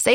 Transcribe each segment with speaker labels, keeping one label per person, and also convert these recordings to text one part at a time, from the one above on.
Speaker 1: Say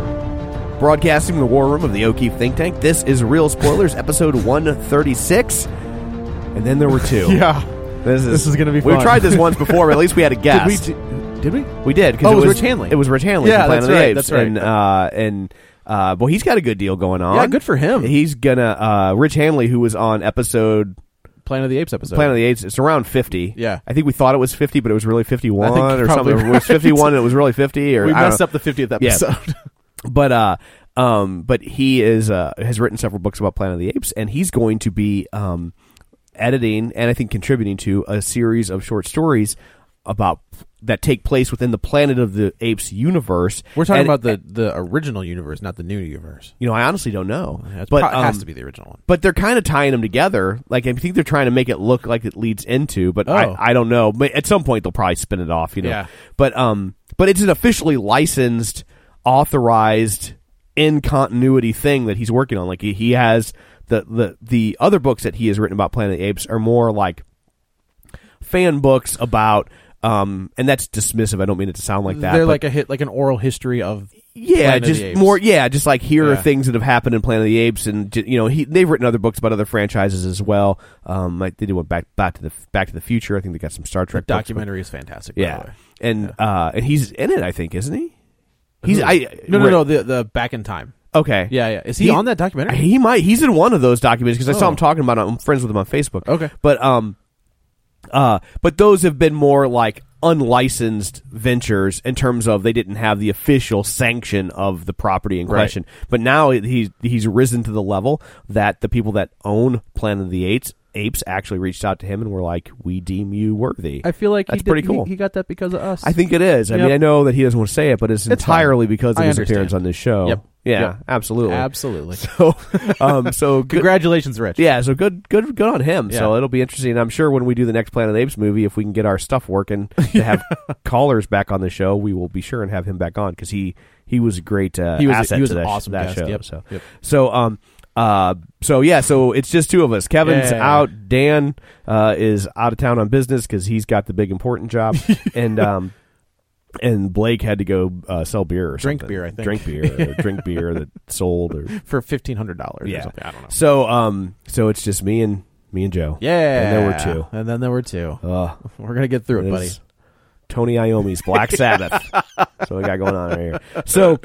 Speaker 2: Broadcasting from the war room of the O'Keefe think tank, this is Real Spoilers, episode 136. And then there were two.
Speaker 3: Yeah.
Speaker 2: This is,
Speaker 3: This is gonna be
Speaker 2: We've
Speaker 3: fun.
Speaker 2: tried this once before, but at least we had a
Speaker 3: Did we?
Speaker 2: guest.
Speaker 3: d- Did we?
Speaker 2: We did
Speaker 3: Oh,
Speaker 2: because
Speaker 3: it was Rich Hanley.
Speaker 2: It was Rich Hanley. from
Speaker 3: Yeah,
Speaker 2: Planet
Speaker 3: that's
Speaker 2: of the
Speaker 3: right,
Speaker 2: Apes.
Speaker 3: that's right.
Speaker 2: And uh, and uh, well, he's got a good deal going on.
Speaker 3: Yeah, good for him.
Speaker 2: He's gonna uh, Rich Hanley, who was on episode
Speaker 3: Planet of the Apes episode.
Speaker 2: Planet of the Apes. It's around fifty.
Speaker 3: Yeah.
Speaker 2: I think we thought it was fifty, but it was really fifty-one
Speaker 3: I think
Speaker 2: or
Speaker 3: probably
Speaker 2: something. It was
Speaker 3: right.
Speaker 2: fifty-one. and It was really fifty. Or
Speaker 3: we
Speaker 2: I don't
Speaker 3: messed
Speaker 2: know.
Speaker 3: up the 50th
Speaker 2: Yeah.
Speaker 3: episode.
Speaker 2: But uh, um, but he is uh has written several books about Planet of the Apes, and he's going to be um editing and I think contributing to a series of short stories about that take place within the Planet of the Apes universe.
Speaker 3: We're talking
Speaker 2: And-
Speaker 3: about the, the original universe, not the new universe.
Speaker 2: You know, I honestly don't know.
Speaker 3: Yeah, it's
Speaker 2: but
Speaker 3: pro- it has
Speaker 2: um,
Speaker 3: to be the original one.
Speaker 2: But they're kind of tying them together. Like I think they're trying to make it look like it leads into. But
Speaker 3: Oh.
Speaker 2: I, I don't know. But at some point they'll probably spin it off. You know.
Speaker 3: Yeah.
Speaker 2: But um, but it's an officially licensed, authorized, in continuity thing that he's working on. Like he, he has the the the other books that he has written about Planet of the Apes are more like fan books about. Um, and that's dismissive. I don't mean it to sound like that.
Speaker 3: They're
Speaker 2: but-
Speaker 3: like a hit, like an oral history of
Speaker 2: yeah,
Speaker 3: Planet of the
Speaker 2: just
Speaker 3: Apes.
Speaker 2: more. Yeah, just like here are
Speaker 3: Yeah.
Speaker 2: things that have happened in Planet of the Apes, and j- you know he, they've written other books about other franchises as well. Um, like they did one back back to the Back to the Future. I think they got some Star Trek books, but-
Speaker 3: documentary is fantastic. by the
Speaker 2: yeah,
Speaker 3: way.
Speaker 2: and uh, and he's in it, I think, isn't he? He's
Speaker 3: Who?
Speaker 2: I
Speaker 3: no no
Speaker 2: right.
Speaker 3: no the the back in time.
Speaker 2: okay
Speaker 3: Yeah yeah. Is he, on that documentary?
Speaker 2: He might. He's in one of those documentaries because I saw
Speaker 3: Oh.
Speaker 2: him talking about it. I'm friends with him on Facebook.
Speaker 3: Okay.
Speaker 2: but um, uh, but those have been more like unlicensed ventures in terms of they didn't have the official sanction of the property in
Speaker 3: Right.
Speaker 2: question. But now it- he's he's risen to the level that the people that own Planet of the Apes apes actually reached out to him and were like, "We deem you worthy."
Speaker 3: I feel like
Speaker 2: that's
Speaker 3: he did-
Speaker 2: pretty cool.
Speaker 3: He, he got that because of us.
Speaker 2: I think it is. I
Speaker 3: Yep.
Speaker 2: mean, I know that he doesn't want to say it, but it's,
Speaker 3: It's fine.
Speaker 2: entirely because of
Speaker 3: I
Speaker 2: his
Speaker 3: understand.
Speaker 2: appearance on this show.
Speaker 3: Yep.
Speaker 2: Yeah,
Speaker 3: Yep.
Speaker 2: absolutely.
Speaker 3: absolutely.
Speaker 2: So, um, so good,
Speaker 3: Congratulations, Rich.
Speaker 2: yeah, so good, good, good on him. So
Speaker 3: Yeah.
Speaker 2: it'll be interesting. I'm sure when we do the next Planet of the Apes movie, if we can get our stuff working to have callers back on the show, we will be sure and have him back on because he he was a great uh,
Speaker 3: He was a-
Speaker 2: asset
Speaker 3: he was
Speaker 2: to
Speaker 3: an
Speaker 2: that, sh-
Speaker 3: awesome
Speaker 2: that
Speaker 3: guest.
Speaker 2: show.
Speaker 3: Yep.
Speaker 2: So
Speaker 3: Yep.
Speaker 2: so um uh so yeah so it's just two of us. Kevin's
Speaker 3: Yeah, yeah, yeah.
Speaker 2: out. Dan uh, is out of town on business because he's got the big important job and um. And Blake had to go uh, sell beer or
Speaker 3: Drink
Speaker 2: something.
Speaker 3: beer, I think.
Speaker 2: Drink beer, or drink beer that sold or
Speaker 3: For fifteen hundred dollars
Speaker 2: Yeah.
Speaker 3: or something. I don't know.
Speaker 2: so um, so it's just me and me and Joe.
Speaker 3: Yeah.
Speaker 2: and there were
Speaker 3: And then there were two.
Speaker 2: two. Uh,
Speaker 3: We're gonna get through it, buddy.
Speaker 2: it's Tony Iommi's Black Sabbath. so we got going on right here. So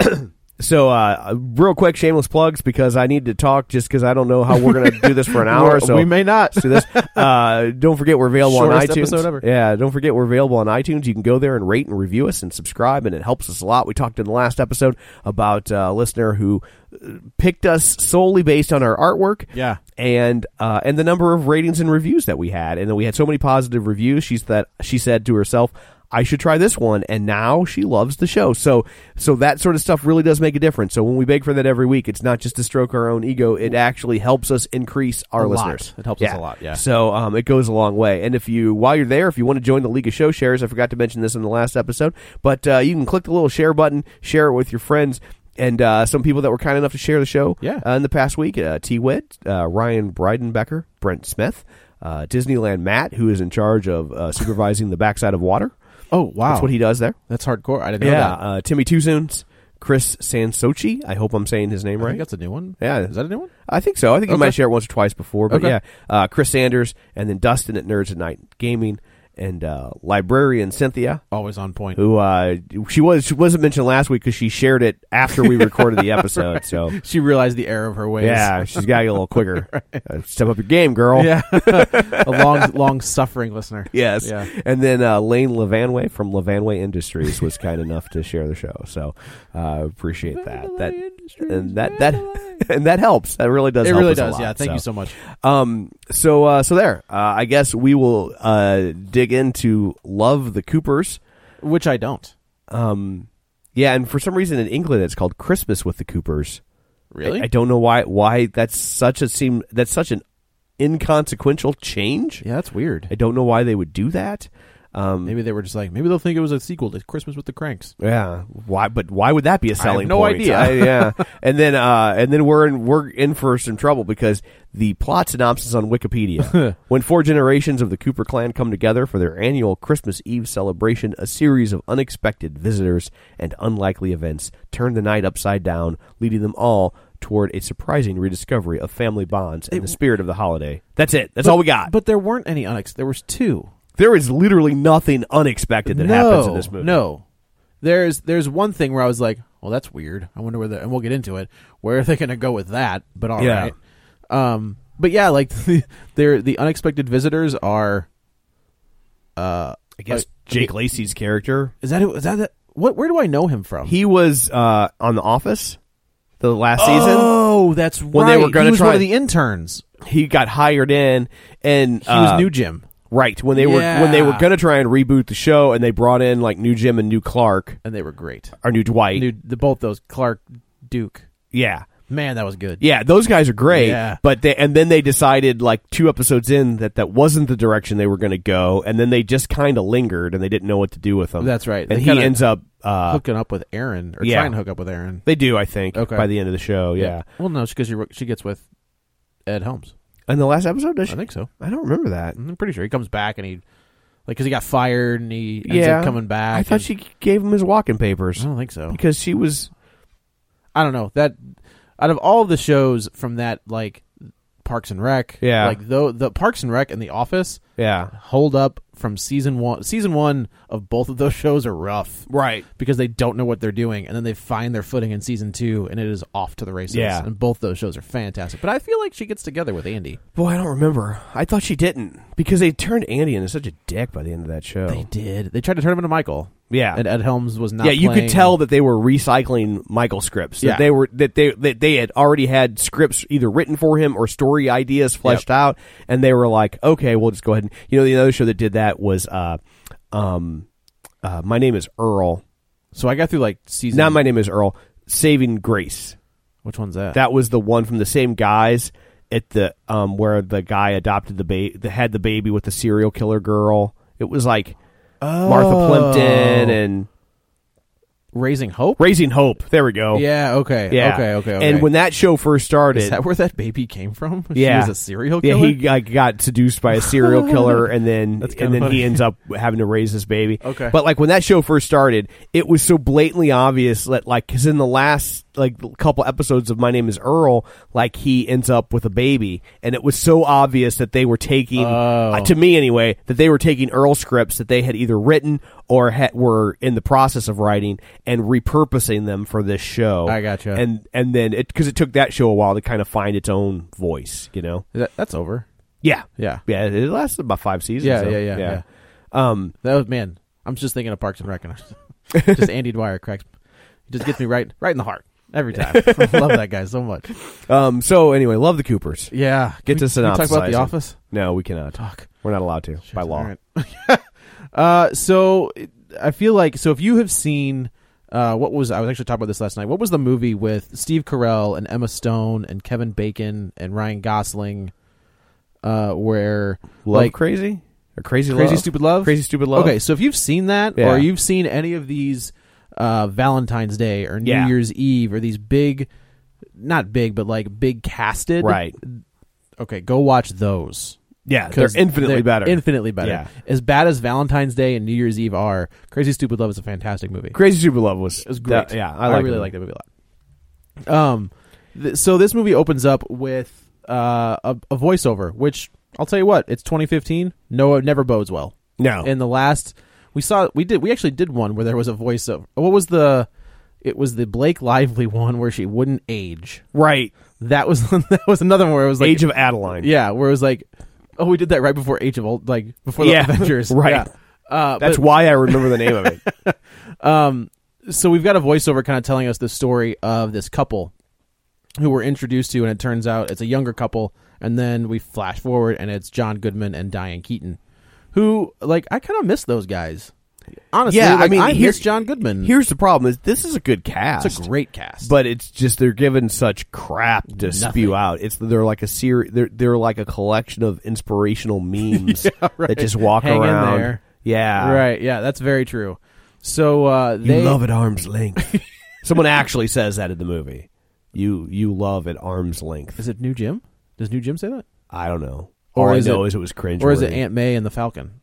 Speaker 2: So, uh, real quick, shameless plugs because I need to talk just because I don't know how we're going to do this for an hour.
Speaker 3: We're-
Speaker 2: so
Speaker 3: we may not.
Speaker 2: do this. Uh, don't forget we're available
Speaker 3: Shortest
Speaker 2: on iTunes.
Speaker 3: episode ever.
Speaker 2: Yeah, don't forget we're available on iTunes. You can go there and rate and review us and subscribe, and it helps us a lot. We talked in the last episode about uh, a listener who uh, picked us solely based on our artwork.
Speaker 3: Yeah.
Speaker 2: And uh, and the number of ratings and reviews that we had, and then we had so many positive reviews. She's that she said to herself, "I should try this one," and now she loves the show. So so that sort of stuff really does make a difference. So when we beg for that every week, it's not just to stroke our own ego. It actually helps us increase our
Speaker 3: A lot.
Speaker 2: listeners.
Speaker 3: It helps us a lot, yeah.
Speaker 2: So um, it goes a long way. And if you, while you're there, if you want to join the League of Show Shares, I forgot to mention this in the last episode, but uh, you can click the little share button, share it with your friends. And uh, some people that were kind enough to share the show
Speaker 3: Yeah.
Speaker 2: uh, in the past week uh, T Witt, uh, Ryan Breidenbecker, Brent Smith, uh, Disneyland Matt, who is in charge of uh, supervising the backside of water.
Speaker 3: Oh wow,
Speaker 2: That's what he does there.
Speaker 3: That's hardcore. I didn't know
Speaker 2: Yeah.
Speaker 3: that.
Speaker 2: Uh, Timmy Tuzoons, Chris Sansochi. I hope I'm saying his name
Speaker 3: I
Speaker 2: right.
Speaker 3: think that's a new one.
Speaker 2: Yeah.
Speaker 3: is that a new one?
Speaker 2: I think so. I think you
Speaker 3: Okay.
Speaker 2: might share it once or twice before, but
Speaker 3: Okay.
Speaker 2: yeah. Uh, Chris Sanders and then Dustin at Nerds at Night Gaming and uh, librarian Cynthia,
Speaker 3: Always on point.
Speaker 2: who uh, she was she wasn't mentioned last week because she shared it after we recorded the episode. So
Speaker 3: She realized the error of her ways.
Speaker 2: yeah, she's got to get a little quicker. Uh, step up your game, girl.
Speaker 3: yeah. a long, long suffering listener.
Speaker 2: Yes.
Speaker 3: Yeah.
Speaker 2: And then uh, Lane Levanway from Levanway Industries was kind enough to share the show. So uh, appreciate that. That and that that and that helps. That really does.
Speaker 3: It
Speaker 2: help
Speaker 3: really
Speaker 2: us a
Speaker 3: does.
Speaker 2: lot.
Speaker 3: yeah. Thank you so much.
Speaker 2: Um. So uh. So there. Uh, I guess we will uh dig into love the Coopers.
Speaker 3: Which I don't.
Speaker 2: Um. Yeah, and for some reason in England it's called Christmas with the Coopers.
Speaker 3: Really?
Speaker 2: I, I don't know why. Why that's such a seem that's such an inconsequential change.
Speaker 3: yeah, that's weird.
Speaker 2: I don't know why they would do that. Um.
Speaker 3: Maybe they were just like, maybe they'll think it was a sequel to Christmas with the Cranks.
Speaker 2: Yeah. Why? But why would that be a selling?
Speaker 3: no
Speaker 2: point?
Speaker 3: idea.
Speaker 2: I- yeah. and then uh, and then we're in we're in for some trouble because the plot synopsis on Wikipedia: When four generations of the Cooper clan come together for their annual Christmas Eve celebration, a series of unexpected visitors and unlikely events turn the night upside down, leading them all. Toward a surprising rediscovery of family bonds and the spirit of the holiday. That's it. That's all we got. But
Speaker 3: But there weren't any unex. There was two.
Speaker 2: there is literally nothing unexpected that
Speaker 3: no,
Speaker 2: happens in this movie.
Speaker 3: No. There's there's one thing where I was like, well, that's weird. I wonder where the and we'll get into it. Where are they going to go with that? But all right.
Speaker 2: Yeah.
Speaker 3: Um. But yeah, like the they're, the unexpected visitors are. Uh,
Speaker 2: I guess Jake Lacey's character
Speaker 3: is that who- is that the, what? Where do I know him from?
Speaker 2: He was uh, on The Office the last
Speaker 3: Oh, that's right.
Speaker 2: When they were gonna
Speaker 3: He was
Speaker 2: try-
Speaker 3: one of the interns.
Speaker 2: season. He got hired in, and
Speaker 3: He was
Speaker 2: uh,
Speaker 3: new Jim.
Speaker 2: right when they were when they were
Speaker 3: Yeah.
Speaker 2: going to try and reboot the show, and they brought in like new Jim and new Clark
Speaker 3: and they were great.
Speaker 2: or new Dwight.
Speaker 3: Dude, the both those Clark Duke.
Speaker 2: yeah,
Speaker 3: Man, that was good.
Speaker 2: yeah, those guys are great.
Speaker 3: Yeah.
Speaker 2: But they and then they decided like two episodes in that that wasn't the direction they were going to go, and then they just kind of lingered and they didn't know what to do with them.
Speaker 3: That's right.
Speaker 2: And he
Speaker 3: They kinda-
Speaker 2: ends up. Uh,
Speaker 3: hooking up with Aaron or
Speaker 2: Yeah.
Speaker 3: trying to hook up with Aaron.
Speaker 2: they do, I think,
Speaker 3: Okay.
Speaker 2: by the end of the show. Yeah.
Speaker 3: Well, no, because she, she gets with Ed Helms.
Speaker 2: And the last episode, does she?
Speaker 3: I think so.
Speaker 2: I don't remember that.
Speaker 3: I'm pretty sure he comes back and he, like, because he got fired and he ends
Speaker 2: yeah,
Speaker 3: up coming back.
Speaker 2: I thought
Speaker 3: and-
Speaker 2: she gave him his walking papers.
Speaker 3: I don't think so.
Speaker 2: because she was
Speaker 3: I don't know that. Out of all the shows from that, like Parks and Rec,
Speaker 2: Yeah.
Speaker 3: like though the Parks and Rec and The Office
Speaker 2: yeah
Speaker 3: hold up from season one. Season one of both of those shows are rough.
Speaker 2: right
Speaker 3: because they don't know what they're doing, and then they find their footing in season two, and it is off to the races.
Speaker 2: Yeah.
Speaker 3: and both those shows are fantastic. But I feel like she gets together with Andy.
Speaker 2: boy i don't remember i thought she didn't because they turned andy into such a dick by the end of that show
Speaker 3: They did. They tried to turn him into Michael.
Speaker 2: Yeah.
Speaker 3: and Ed Helms was not.
Speaker 2: yeah you
Speaker 3: playing-
Speaker 2: could tell that they were recycling michael scripts that
Speaker 3: Yeah.
Speaker 2: they were that they that they had already had scripts either written for him or story ideas fleshed out and they were like okay we'll just go ahead and you know the other show that did that was uh um uh my name is earl
Speaker 3: So I got through like season.
Speaker 2: not my name is earl saving grace
Speaker 3: Which one's that?
Speaker 2: That was the one from the same guys at the um where the guy adopted the baby, the had the baby with the serial killer girl. It was like
Speaker 3: Oh.
Speaker 2: Martha Plimpton and
Speaker 3: Raising Hope.
Speaker 2: Raising Hope. There we go.
Speaker 3: Yeah. Okay.
Speaker 2: Yeah.
Speaker 3: Okay. Okay. okay.
Speaker 2: And when that show first started,
Speaker 3: is that where that baby came from?
Speaker 2: yeah,
Speaker 3: she was a serial killer.
Speaker 2: Yeah, he like, got seduced by a serial killer, and then
Speaker 3: That's kinda
Speaker 2: and then
Speaker 3: funny.
Speaker 2: he ends up having to raise this baby.
Speaker 3: Okay.
Speaker 2: but like when that show first started, it was so blatantly obvious that like because in the last like a couple episodes of My Name Is Earl, like he ends up with a baby, and it was so obvious that they were taking,
Speaker 3: Oh.
Speaker 2: uh, to me anyway, that they were taking Earl scripts that they had either written or had, were in the process of writing and repurposing them for this show.
Speaker 3: I gotcha.
Speaker 2: And and then it because it took that show a while to kind of find its own voice, you know.
Speaker 3: That, that's over.
Speaker 2: Yeah,
Speaker 3: Yeah.
Speaker 2: yeah. It lasted about five seasons.
Speaker 3: Yeah,
Speaker 2: so,
Speaker 3: yeah, yeah, yeah.
Speaker 2: Um,
Speaker 3: That was man. I'm just thinking of Parks and Rec. and I- just Andy Dwyer cracks. He just gets me right, right in the heart every time. I love that guy so much.
Speaker 2: um. So anyway, love the Coopers.
Speaker 3: Yeah.
Speaker 2: Get
Speaker 3: Can
Speaker 2: to
Speaker 3: we- can we Talk about
Speaker 2: synopsizing.
Speaker 3: the Office.
Speaker 2: No, we cannot.
Speaker 3: Fuck.
Speaker 2: We're not allowed to by law.
Speaker 3: All right. uh, so it- I feel like so if you have seen. Uh, what was I was actually talking about this last night? What was the movie with Steve Carell and Emma Stone and Kevin Bacon and Ryan Gosling, uh, where
Speaker 2: Love
Speaker 3: like
Speaker 2: crazy or crazy
Speaker 3: Crazy
Speaker 2: love?
Speaker 3: Stupid Love?
Speaker 2: Crazy stupid love.
Speaker 3: Okay, so if you've seen that,
Speaker 2: Yeah.
Speaker 3: or you've seen any of these uh, Valentine's Day or New
Speaker 2: Yeah.
Speaker 3: Year's Eve or these big, not big, but like big casted,
Speaker 2: right.
Speaker 3: Okay, go watch those.
Speaker 2: Yeah, they're
Speaker 3: 'Cause
Speaker 2: infinitely
Speaker 3: they're
Speaker 2: better.
Speaker 3: Infinitely better.
Speaker 2: Yeah.
Speaker 3: As bad as Valentine's Day and New Year's Eve are, Crazy Stupid Love is a fantastic movie.
Speaker 2: Crazy Stupid Love was
Speaker 3: It was great.
Speaker 2: yeah, I,
Speaker 3: I,
Speaker 2: like
Speaker 3: really like that movie a lot. Um, th- so this movie opens up with uh, a, a voiceover, which I'll tell you what, it's 2015. No, it never bodes well.
Speaker 2: No.
Speaker 3: In the last, we saw we did we actually did one where there was a voiceover. What was the? It was the Blake Lively one where she wouldn't age.
Speaker 2: Right,
Speaker 3: That was that was another one where it was like
Speaker 2: Age of Adeline.
Speaker 3: yeah, where it was like oh we did that right before Age of Old like before the
Speaker 2: Yeah,
Speaker 3: Avengers
Speaker 2: right.
Speaker 3: Yeah. Uh,
Speaker 2: that's
Speaker 3: but-
Speaker 2: why I remember the name of it.
Speaker 3: so we've got a voiceover kind of telling us the story of this couple who we're introduced to, and it turns out it's a younger couple, and then we flash forward, and it's John Goodman and Diane Keaton, who like I kind of miss those guys. Honestly,
Speaker 2: yeah, I
Speaker 3: like,
Speaker 2: mean, here-
Speaker 3: miss John Goodman.
Speaker 2: Here's the problem: is this is a good cast.
Speaker 3: it's a great cast,
Speaker 2: but it's just they're given such crap to spew out. It's they're like a series. They're they're like a collection of inspirational memes that just walk
Speaker 3: Hang in
Speaker 2: around.
Speaker 3: there.
Speaker 2: Yeah,
Speaker 3: right, yeah, that's very true. So uh,
Speaker 2: Ah. You
Speaker 3: they
Speaker 2: love at arm's length. Someone actually says that in the movie. You you love at arm's length.
Speaker 3: Is it New Jim? Does New Jim say that,
Speaker 2: I don't know.
Speaker 3: Or
Speaker 2: All I
Speaker 3: is
Speaker 2: know
Speaker 3: it-
Speaker 2: is it was cringe.
Speaker 3: or is it Aunt May and the Falcon?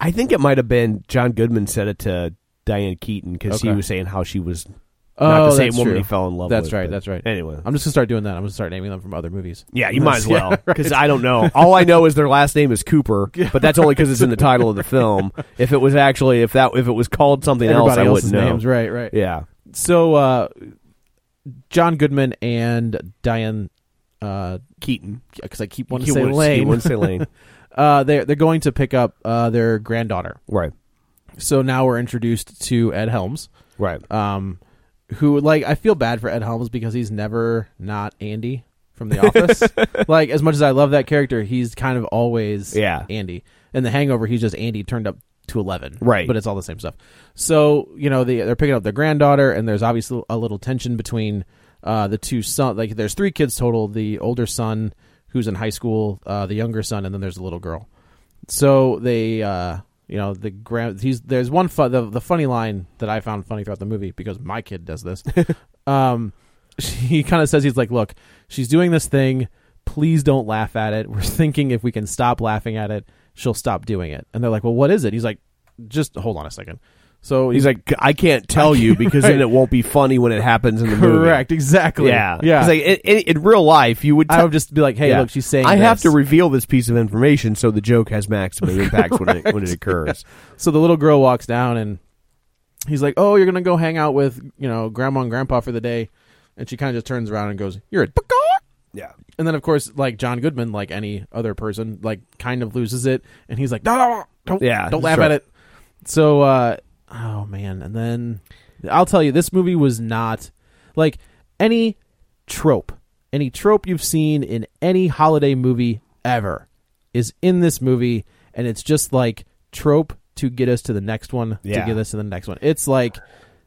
Speaker 2: I think it might have been John Goodman said it to Diane Keaton because he
Speaker 3: Okay.
Speaker 2: was saying how she was
Speaker 3: Oh,
Speaker 2: not the same
Speaker 3: that's
Speaker 2: woman
Speaker 3: true.
Speaker 2: he fell in love
Speaker 3: That's
Speaker 2: with.
Speaker 3: right.
Speaker 2: but
Speaker 3: That's right.
Speaker 2: Anyway,
Speaker 3: I'm just gonna start doing that. I'm gonna start naming them from other movies.
Speaker 2: Yeah, you might as
Speaker 3: Yeah,
Speaker 2: well because I don't know. All I know is their last name is Cooper, but that's only because it's in the title of the film. If it was actually if that if it was called something else, I
Speaker 3: Everybody
Speaker 2: wouldn't
Speaker 3: else's
Speaker 2: know.
Speaker 3: names, right? Right.
Speaker 2: Yeah,
Speaker 3: so uh John Goodman and Diane uh
Speaker 2: Keaton.
Speaker 3: because I keep wanting to
Speaker 2: He
Speaker 3: say
Speaker 2: wants- he
Speaker 3: Lane.
Speaker 2: wants to say Lane.
Speaker 3: uh they're they're going to pick up uh their granddaughter.
Speaker 2: right,
Speaker 3: So now we're introduced to Ed Helms.
Speaker 2: right.
Speaker 3: Um who like I feel bad for Ed Helms because he's never not Andy from the office. like as much as I love that character, he's kind of always
Speaker 2: Yeah.
Speaker 3: Andy. In the hangover, he's just Andy turned up to eleven.
Speaker 2: Right.
Speaker 3: But it's all the same stuff. So, you know, they they're picking up their granddaughter and there's obviously a little tension between uh the two son like there's three kids total, the older son who's in high school, uh the younger son, and then there's a little girl so they uh you know the grand he's there's one fu- the, the funny line that i found funny throughout the movie because my kid does this um he kind of says he's like look she's doing this thing please don't laugh at it we're thinking if we can stop laughing at it she'll stop doing it and they're like well what is it he's like just hold on a second so
Speaker 2: He's like, I can't tell you because then it won't be funny when it happens in the movie.
Speaker 3: correct exactly
Speaker 2: Yeah,
Speaker 3: yeah
Speaker 2: It's like in, in, in real life, you would.
Speaker 3: i
Speaker 2: tell-
Speaker 3: would just be like hey
Speaker 2: Yeah.
Speaker 3: look she's saying
Speaker 2: I have
Speaker 3: this.
Speaker 2: to reveal this piece of information so the joke has maximum impact when it when it occurs.
Speaker 3: So the little girl walks down and he's like, "Oh, you're gonna go hang out with you know grandma and grandpa for the day," and she kind of just turns around and goes, "You're a." Bacaw!
Speaker 2: Yeah,
Speaker 3: And then of course, like John Goodman, like any other person, like kind of loses it, and he's like, "No, no, no, don't,
Speaker 2: Yeah,
Speaker 3: don't
Speaker 2: that's
Speaker 3: laugh
Speaker 2: right.
Speaker 3: at it." So, uh, oh man, and then I'll tell you, this movie was not like any trope, any trope you've seen in any holiday movie ever is in this movie, and it's just like trope to get us to the next one,
Speaker 2: Yeah.
Speaker 3: to get us to the next one. It's like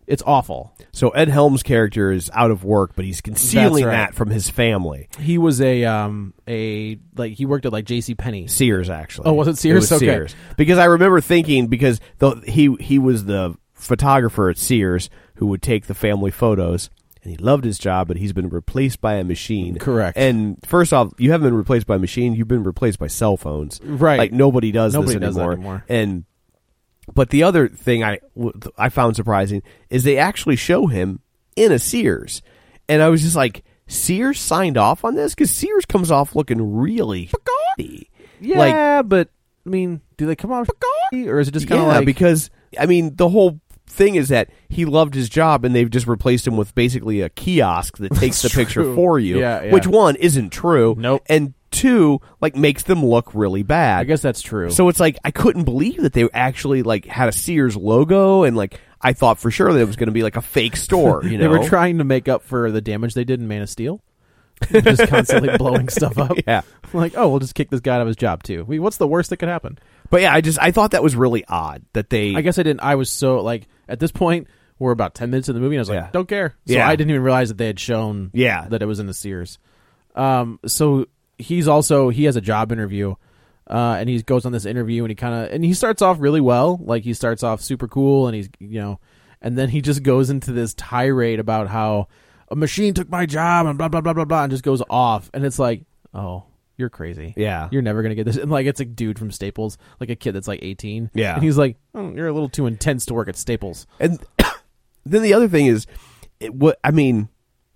Speaker 3: it's awful.
Speaker 2: So Ed Helms' character is out of work, but he's concealing
Speaker 3: right.
Speaker 2: that from his family.
Speaker 3: He was a um a like he worked at like J.C. Penney.
Speaker 2: Sears, actually.
Speaker 3: Oh, was it
Speaker 2: was
Speaker 3: Sears? Okay.
Speaker 2: Sears. Because I remember thinking because the, he he was the photographer at Sears who would take the family photos. And he loved his job, but he's been replaced by a machine.
Speaker 3: Correct.
Speaker 2: And first off, you haven't been replaced by a machine. You've been replaced by cell phones.
Speaker 3: Right.
Speaker 2: Like nobody does
Speaker 3: Nobody
Speaker 2: this
Speaker 3: does that
Speaker 2: anymore.
Speaker 3: anymore.
Speaker 2: And but the other thing I w- I found surprising is they actually show him in a Sears, and I was just like, Sears signed off on this because Sears comes off looking really,
Speaker 3: Yeah, but I mean, do they come off or is it just kind of
Speaker 2: yeah,
Speaker 3: like
Speaker 2: because I mean the whole thing is that he loved his job and they've just replaced him with basically a kiosk that takes the picture
Speaker 3: true.
Speaker 2: for you.
Speaker 3: Yeah, yeah.
Speaker 2: Which one isn't true.
Speaker 3: Nope.
Speaker 2: And two, like makes them look really bad.
Speaker 3: I guess that's true.
Speaker 2: So it's like I couldn't believe that they actually like had a Sears logo and like I thought for sure that it was going to be like a fake store. You know,
Speaker 3: they were trying to make up for the damage they did in Man of Steel, just constantly blowing stuff up.
Speaker 2: Yeah.
Speaker 3: like oh, we'll just kick this guy out of his job too. We, what's the worst that could happen?
Speaker 2: But yeah, I just I thought that was really odd that they.
Speaker 3: I guess I didn't. I was so like at this point we're about ten minutes in the movie, and I was like,
Speaker 2: Yeah.
Speaker 3: don't care. So
Speaker 2: Yeah.
Speaker 3: I didn't even realize that they had shown
Speaker 2: Yeah.
Speaker 3: that it was in the Sears. Um, so he's also he has a job interview, uh, and he goes on this interview and he kind of and he starts off really well, like he starts off super cool, and he's you know, and then he just goes into this tirade about how a machine took my job and blah blah blah blah blah, and just goes off, and it's like, oh, you're crazy,
Speaker 2: Yeah.
Speaker 3: you're never gonna get this, and like it's a dude from Staples, like a kid that's like eighteen,
Speaker 2: Yeah.
Speaker 3: and he's like, oh, you're a little too intense to work at Staples.
Speaker 2: And then the other thing is, it, what I mean,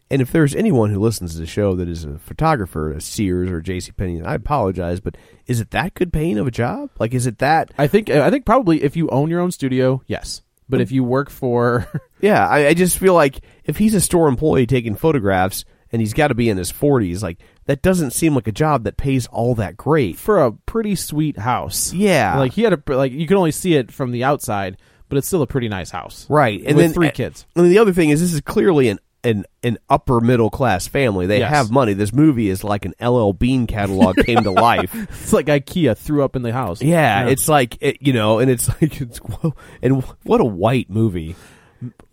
Speaker 2: and if there's anyone who listens to the show that is a photographer, a Sears or J.C. Penney, I apologize, but is it that good paying of a job? Like, is it that?
Speaker 3: I think I think probably if you own your own studio, yes.
Speaker 2: Hmm.
Speaker 3: But if you work for
Speaker 2: Yeah, I, I just feel like if he's a store employee taking photographs and he's got to be in his forties, like that doesn't seem like a job that pays all that great.
Speaker 3: for a pretty sweet house,
Speaker 2: Yeah.
Speaker 3: like he had a like you can only see it from the outside, but it's still a pretty nice house,
Speaker 2: Right,
Speaker 3: And with three kids,
Speaker 2: And the other thing is, this is clearly an an, an upper middle class family. They
Speaker 3: Yes.
Speaker 2: have money. This movie is like an LL Bean catalog came to life.
Speaker 3: it's like IKEA threw up in the house.
Speaker 2: Yeah, it's like it, you know, and it's like it's whoa, and what a white movie.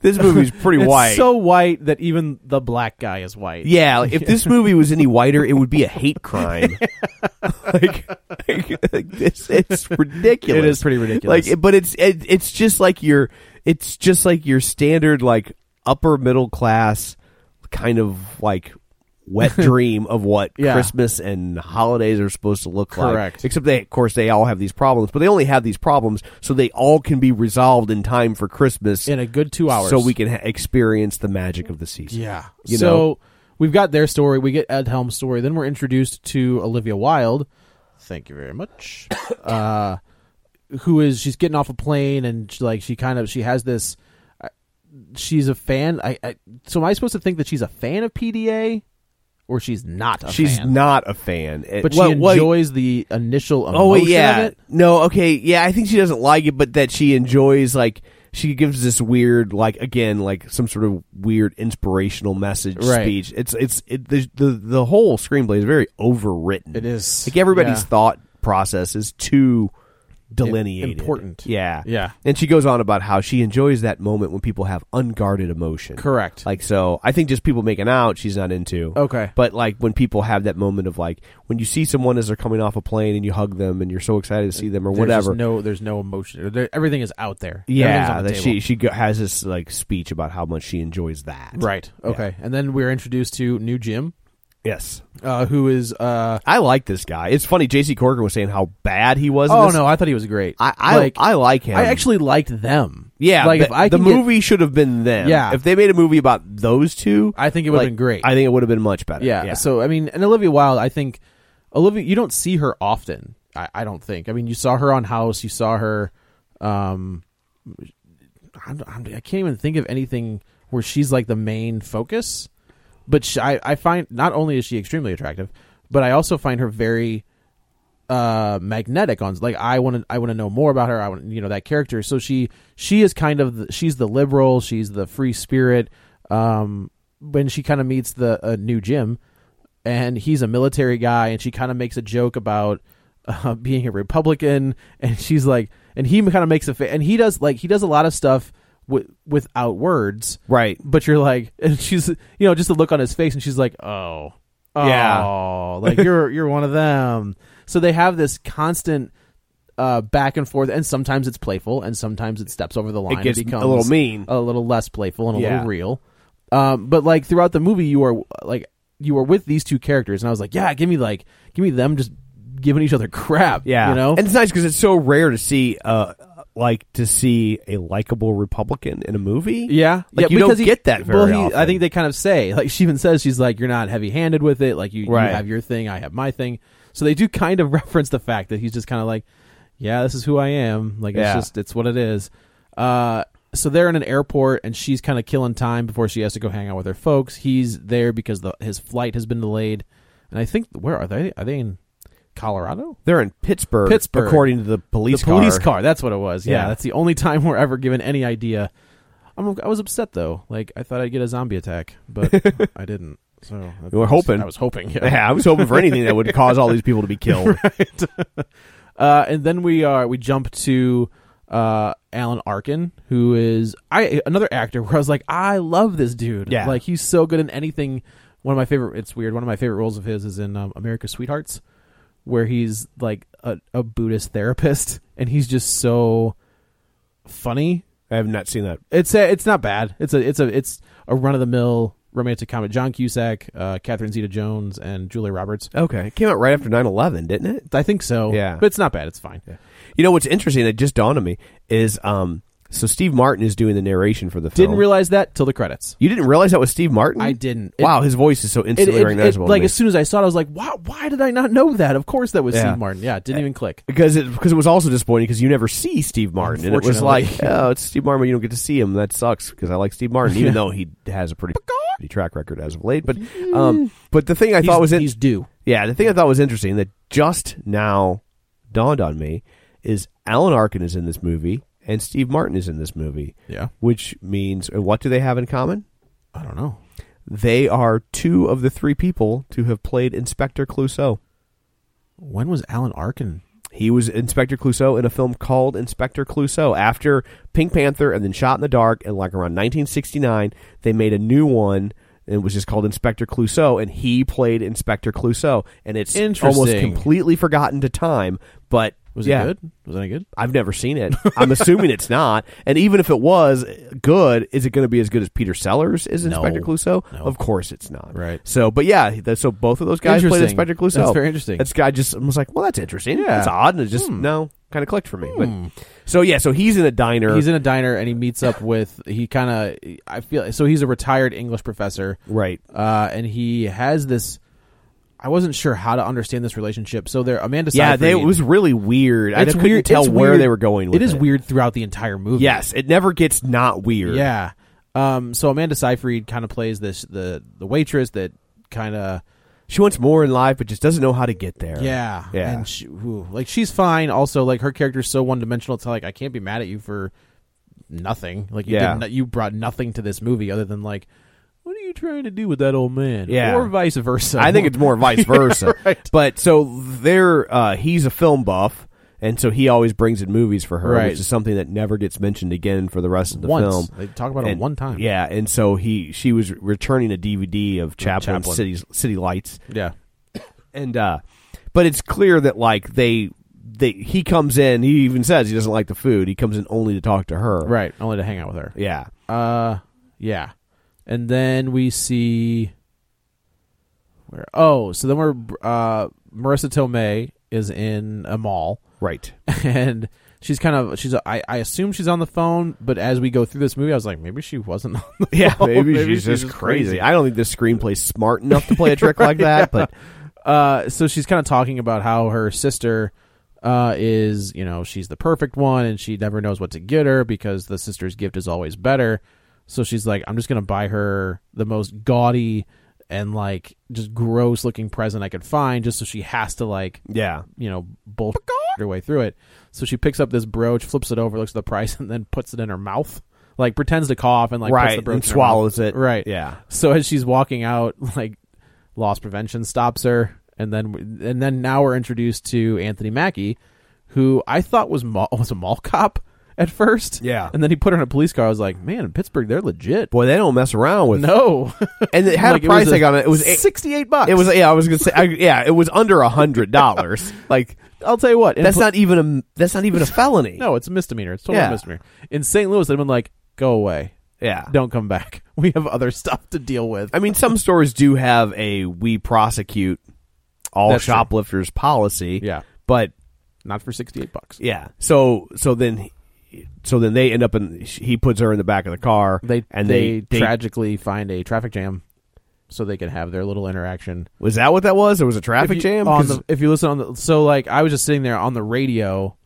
Speaker 2: This movie's pretty
Speaker 3: It's
Speaker 2: white.
Speaker 3: so white that even the black guy is white.
Speaker 2: yeah, like, if this movie was any whiter, it would be a hate crime. like, like, like, this, it's ridiculous.
Speaker 3: It is pretty ridiculous.
Speaker 2: Like, but it's it, it's just like your it's just like your standard like upper middle class kind of like wet dream of what
Speaker 3: Yeah.
Speaker 2: Christmas and holidays are supposed to look like.
Speaker 3: Correct.
Speaker 2: Except they, of course, they all have these problems, but they only have these problems so they all can be resolved in time for Christmas
Speaker 3: in a good two hours,
Speaker 2: so we can ha- experience the magic of the season.
Speaker 3: Yeah.
Speaker 2: You
Speaker 3: so
Speaker 2: know?
Speaker 3: we've got their story. We get Ed Helm's story. Then we're introduced to Olivia Wilde. Thank you very much. uh, who is she's getting off a plane and she, like she kind of she has this. I- She's a fan. I, I so am I supposed to think that she's a fan of PDA, or she's not? A
Speaker 2: She's
Speaker 3: fan?
Speaker 2: not a fan, It-
Speaker 3: But she
Speaker 2: well, well,
Speaker 3: enjoys the initial emotion
Speaker 2: Oh wait, yeah,
Speaker 3: of it.
Speaker 2: no, okay, yeah. I think she doesn't like it, but that she enjoys like she gives this weird like again like some sort of weird inspirational message
Speaker 3: Right.
Speaker 2: speech. It's it's it, the, the the whole screenplay is very overwritten.
Speaker 3: It is.
Speaker 2: like everybody's
Speaker 3: Yeah.
Speaker 2: thought process is too delineated,
Speaker 3: important.
Speaker 2: Yeah,
Speaker 3: Yeah.
Speaker 2: And she goes on about how she enjoys that moment when people have unguarded emotion.
Speaker 3: Correct.
Speaker 2: Like so, I think just people making out, she's not into.
Speaker 3: Okay.
Speaker 2: But like when people have that moment of like when you see someone as they're coming off a plane and you hug them and you're so excited to see them or
Speaker 3: There's just
Speaker 2: whatever.
Speaker 3: no, there's no emotion. There- everything is out there. Everything's
Speaker 2: yeah,
Speaker 3: on the
Speaker 2: that
Speaker 3: table.
Speaker 2: she she go, has this like speech about how much she enjoys that.
Speaker 3: right. Okay, and then we're introduced to New Jim,
Speaker 2: Yes.
Speaker 3: uh, who is uh,
Speaker 2: I like this guy. It's funny. J.C. Corker was saying how bad he was. in
Speaker 3: oh
Speaker 2: this.
Speaker 3: no, I thought he was great.
Speaker 2: I I like, I like him.
Speaker 3: I actually liked them.
Speaker 2: yeah.
Speaker 3: like
Speaker 2: but
Speaker 3: if I
Speaker 2: the
Speaker 3: could get-
Speaker 2: movie should have been them.
Speaker 3: Yeah.
Speaker 2: If they made a movie about those two,
Speaker 3: I think it would've
Speaker 2: like,
Speaker 3: been great.
Speaker 2: I think it would have been much better.
Speaker 3: yeah, So I mean, and Olivia Wilde, I think Olivia, you don't see her often. I, I don't think. I mean, you saw her on House. You saw her. Um, I'm, I'm, I can't even think of anything where she's like the main focus. But she, I, I find not only is she extremely attractive, but I also find her very uh magnetic on like I want to I want to know more about her I want you know that character so she she is kind of the, she's the liberal she's the free spirit um when she kind of meets the uh, new Jim and he's a military guy and she kind of makes a joke about uh, being a republican and she's like and he kind of makes a fa- and he does like he does a lot of stuff wi- without words
Speaker 2: Right.
Speaker 3: but you're like and she's you know just the look on his face and she's like oh oh
Speaker 2: Yeah.
Speaker 3: like you're you're one of them so they have this constant uh, back and forth and sometimes it's playful and sometimes it steps over the line and
Speaker 2: gets a
Speaker 3: becomes
Speaker 2: little mean.
Speaker 3: a little less playful and a
Speaker 2: Yeah.
Speaker 3: little real um, but like throughout the movie you are like you are with these two characters and i was like yeah give me like give me them just giving each other crap
Speaker 2: Yeah,
Speaker 3: you know
Speaker 2: and it's nice because it's so rare to see uh, like to see a likable Republican in a movie.
Speaker 3: Yeah,
Speaker 2: Like,
Speaker 3: yeah.
Speaker 2: you
Speaker 3: because
Speaker 2: don't get that very
Speaker 3: well, he, I
Speaker 2: often.
Speaker 3: think they kind of say like she even says she's like you're not heavy handed with it. Like you,
Speaker 2: Right.
Speaker 3: you have your thing, I have my thing. So they do kind of reference the fact that he's just kind of like, yeah, this is who I am. Like
Speaker 2: Yeah.
Speaker 3: it's just it's what it is. Uh, so they're in an airport and she's kind of killing time before she has to go hang out with her folks. He's there because the, his flight has been delayed, and I think where are they? Are they in Colorado?
Speaker 2: They're in Pittsburgh,
Speaker 3: Pittsburgh.
Speaker 2: according to the police.
Speaker 3: the police
Speaker 2: car.
Speaker 3: car. That's what it was. Yeah,
Speaker 2: Yeah.
Speaker 3: that's the only time we're ever given any idea. I'm, I was upset though. Like I thought I'd get a zombie attack, but I didn't. So that
Speaker 2: were
Speaker 3: was-
Speaker 2: hoping.
Speaker 3: I was hoping. Yeah.
Speaker 2: Yeah, I was hoping for anything that would cause all these people to be killed.
Speaker 3: Uh, and then we are we jump to uh, Alan Arkin, who is I another actor where I was like, I love this dude.
Speaker 2: Yeah.
Speaker 3: like he's so good in anything. One of my favorite. It's weird. One of my favorite roles of his is in um, America's Sweethearts, where he's like a, a Buddhist therapist, and he's just so funny
Speaker 2: I have not seen that.
Speaker 3: It's a, it's not bad. It's a it's a it's a run of the mill romantic comedy. John Cusack, uh, Catherine Zeta Jones, and Julia Roberts.
Speaker 2: Okay, it came out right after 9-11, didn't it?
Speaker 3: I think so.
Speaker 2: Yeah.
Speaker 3: but it's not bad. It's fine.
Speaker 2: You know what's interesting? It just dawned on me is um. So Steve Martin is doing the narration for the film.
Speaker 3: Didn't realize that till the credits.
Speaker 2: you didn't realize that was Steve Martin.
Speaker 3: I didn't. It-
Speaker 2: Mm-hmm. wow, his voice is so
Speaker 3: It,
Speaker 2: instantly
Speaker 3: it, it,
Speaker 2: recognizable. to
Speaker 3: like
Speaker 2: me.
Speaker 3: as soon as I saw it, I was like, "Why? Why did I not know that?" Of course, that was
Speaker 2: Yeah.
Speaker 3: Steve Martin. Yeah, it didn't even click.
Speaker 2: because it because it was also disappointing because you never see Steve Martin and it was like
Speaker 3: Unfortunately.
Speaker 2: oh it's Steve Martin but you don't get to see him that sucks because I like Steve Martin even though he has a pretty, pretty track record as of late but um but the thing I
Speaker 3: He's-
Speaker 2: thought was in,
Speaker 3: he's due.
Speaker 2: yeah the thing I thought was interesting that just now dawned on me is Alan Arkin is in this movie and Steve Martin is in this movie
Speaker 3: Yeah.
Speaker 2: which means and what do they have in common
Speaker 3: I don't know.
Speaker 2: they are two of the three people to have played Inspector Clouseau.
Speaker 3: When was Alan Arkin?
Speaker 2: He was Inspector Clouseau in a film called Inspector Clouseau. After Pink Panther and then Shot in the Dark, and like around 1969, they made a new one. And it was just called Inspector Clouseau, and he played Inspector Clouseau, and it's almost
Speaker 3: Interesting.
Speaker 2: completely forgotten to time. But
Speaker 3: Was
Speaker 2: yeah,
Speaker 3: it good? Was it any good?
Speaker 2: I've never seen it. I'm assuming it's not. And even if it was good, is it going to be as good as Peter Sellers is
Speaker 3: No.
Speaker 2: Inspector Clouseau?
Speaker 3: No.
Speaker 2: Of course, it's not.
Speaker 3: Right.
Speaker 2: So, but yeah, th- so both of those guys played
Speaker 3: Interesting.
Speaker 2: Inspector Clouseau.
Speaker 3: That's very interesting.
Speaker 2: That's guy just I was like, well, that's interesting.
Speaker 3: Yeah. Hmm.
Speaker 2: That's odd, and it just no kind of clicked for me. But so yeah, so he's in a diner.
Speaker 3: He's in a diner and he meets up with he kind of I feel so he's a retired English professor.
Speaker 2: right.
Speaker 3: uh, and he has this. I wasn't sure how to understand this relationship. So there, Amanda.
Speaker 2: Yeah,
Speaker 3: Seyfried,
Speaker 2: they, it was really weird. I
Speaker 3: it's
Speaker 2: couldn't
Speaker 3: weird-
Speaker 2: tell
Speaker 3: it's
Speaker 2: where
Speaker 3: weird-
Speaker 2: they were going. with
Speaker 3: it is weird throughout the entire movie.
Speaker 2: Yes, it never gets not weird.
Speaker 3: Yeah. Um. So Amanda Seyfried kind of plays this the the waitress that kind of
Speaker 2: she wants more in life, but just doesn't know how to get there.
Speaker 3: yeah
Speaker 2: yeah.
Speaker 3: and she, whew, like she's fine. Also, like her character's so one dimensional. It's like I can't be mad at you for nothing. Like you
Speaker 2: Yeah.
Speaker 3: did no- you brought nothing to this movie other than like. What are you trying to do with that old man?
Speaker 2: Yeah.
Speaker 3: or vice versa.
Speaker 2: I think it's more vice versa. But so there, uh, he's a film buff, and so he always brings in movies for her,
Speaker 3: Right.
Speaker 2: which is something that never gets mentioned again for the rest of the
Speaker 3: Once.
Speaker 2: film.
Speaker 3: They talk about it
Speaker 2: And-
Speaker 3: one time.
Speaker 2: Yeah, and so he she was returning a DVD of Chaplin,
Speaker 3: Chaplin.
Speaker 2: Cities City Lights,
Speaker 3: yeah.
Speaker 2: and uh, but it's clear that like they. They, he comes in. He even says he doesn't like the food. He comes in only to talk to her.
Speaker 3: Right, only to hang out with her.
Speaker 2: Yeah.
Speaker 3: Uh, yeah. And then we see where? Oh, so then we're uh, Marissa Tomei is in a mall,
Speaker 2: Right.
Speaker 3: and she's kind of she's I I assume she's on the phone, but as we go through this movie, I was like, maybe she wasn't on the
Speaker 2: Yeah.
Speaker 3: phone.
Speaker 2: Maybe, she's, just crazy. I don't think this screenplay's smart enough to play a trick like that. But
Speaker 3: uh, so she's kind of talking about how her sister uh, is, you know, she's the perfect one, and she never knows what to get her because the sister's gift is always better. So she's like, I'm just gonna buy her the most gaudy and like just gross looking present I could find, just so she has to like,
Speaker 2: yeah.
Speaker 3: you know, bull her way through it. So she picks up this brooch, flips it over, looks at the price, and then puts it in her mouth, like pretends to cough and like puts
Speaker 2: right
Speaker 3: the brooch
Speaker 2: and
Speaker 3: in her mouth.
Speaker 2: swallows it
Speaker 3: Right.
Speaker 2: yeah
Speaker 3: So as she's walking out, like loss prevention stops her, and then and then now we're introduced to Anthony Mackie, who I thought was mall, was a mall cop at first.
Speaker 2: Yeah.
Speaker 3: and then he put her in a police car. I was like, man, in Pittsburgh they're legit.
Speaker 2: boy they don't mess around with
Speaker 3: No,
Speaker 2: and it had
Speaker 3: Like,
Speaker 2: a
Speaker 3: it was
Speaker 2: price
Speaker 3: a
Speaker 2: tag on it it was eight-
Speaker 3: sixty-eight bucks.
Speaker 2: it was yeah i was gonna say I, yeah it was under a hundred dollars like
Speaker 3: I'll tell you what, in
Speaker 2: that's
Speaker 3: pol-
Speaker 2: not even a that's not even a felony
Speaker 3: No, it's a misdemeanor. It's totally
Speaker 2: Yeah.
Speaker 3: a misdemeanor. In St. Louis, they've been like, go away,
Speaker 2: yeah
Speaker 3: don't come back. We have other stuff to deal with.
Speaker 2: i mean some stores do have a we prosecute all
Speaker 3: That's true.
Speaker 2: shoplifters policy
Speaker 3: Yeah.
Speaker 2: but
Speaker 3: Not for sixty-eight bucks.
Speaker 2: yeah so so then so then they end up in he puts her in the back of the car
Speaker 3: They
Speaker 2: and
Speaker 3: they,
Speaker 2: they, they
Speaker 3: tragically find a traffic jam, so they can have their little interaction.
Speaker 2: was that what that was there was a traffic
Speaker 3: if you,
Speaker 2: jam
Speaker 3: on
Speaker 2: 'Cause-
Speaker 3: the, if you listen on the so like I was just sitting there on the radio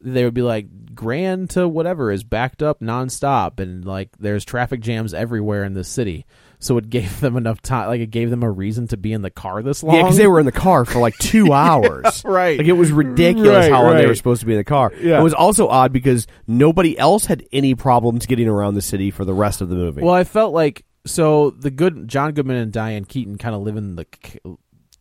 Speaker 3: they would be like grand to whatever is backed up nonstop and like there's traffic jams everywhere in the city so it gave them enough time like it gave them a reason to be in the car this long
Speaker 2: Yeah, because they were in the car for like two hours.
Speaker 3: right.
Speaker 2: Like it was ridiculous
Speaker 3: Right,
Speaker 2: how long they
Speaker 3: right.
Speaker 2: were supposed to be in the car.
Speaker 3: Yeah.
Speaker 2: It was also odd because nobody else had any problems getting around the city for the rest of the movie.
Speaker 3: well I felt like so the good John Goodman and Diane Keaton kind of live in the c-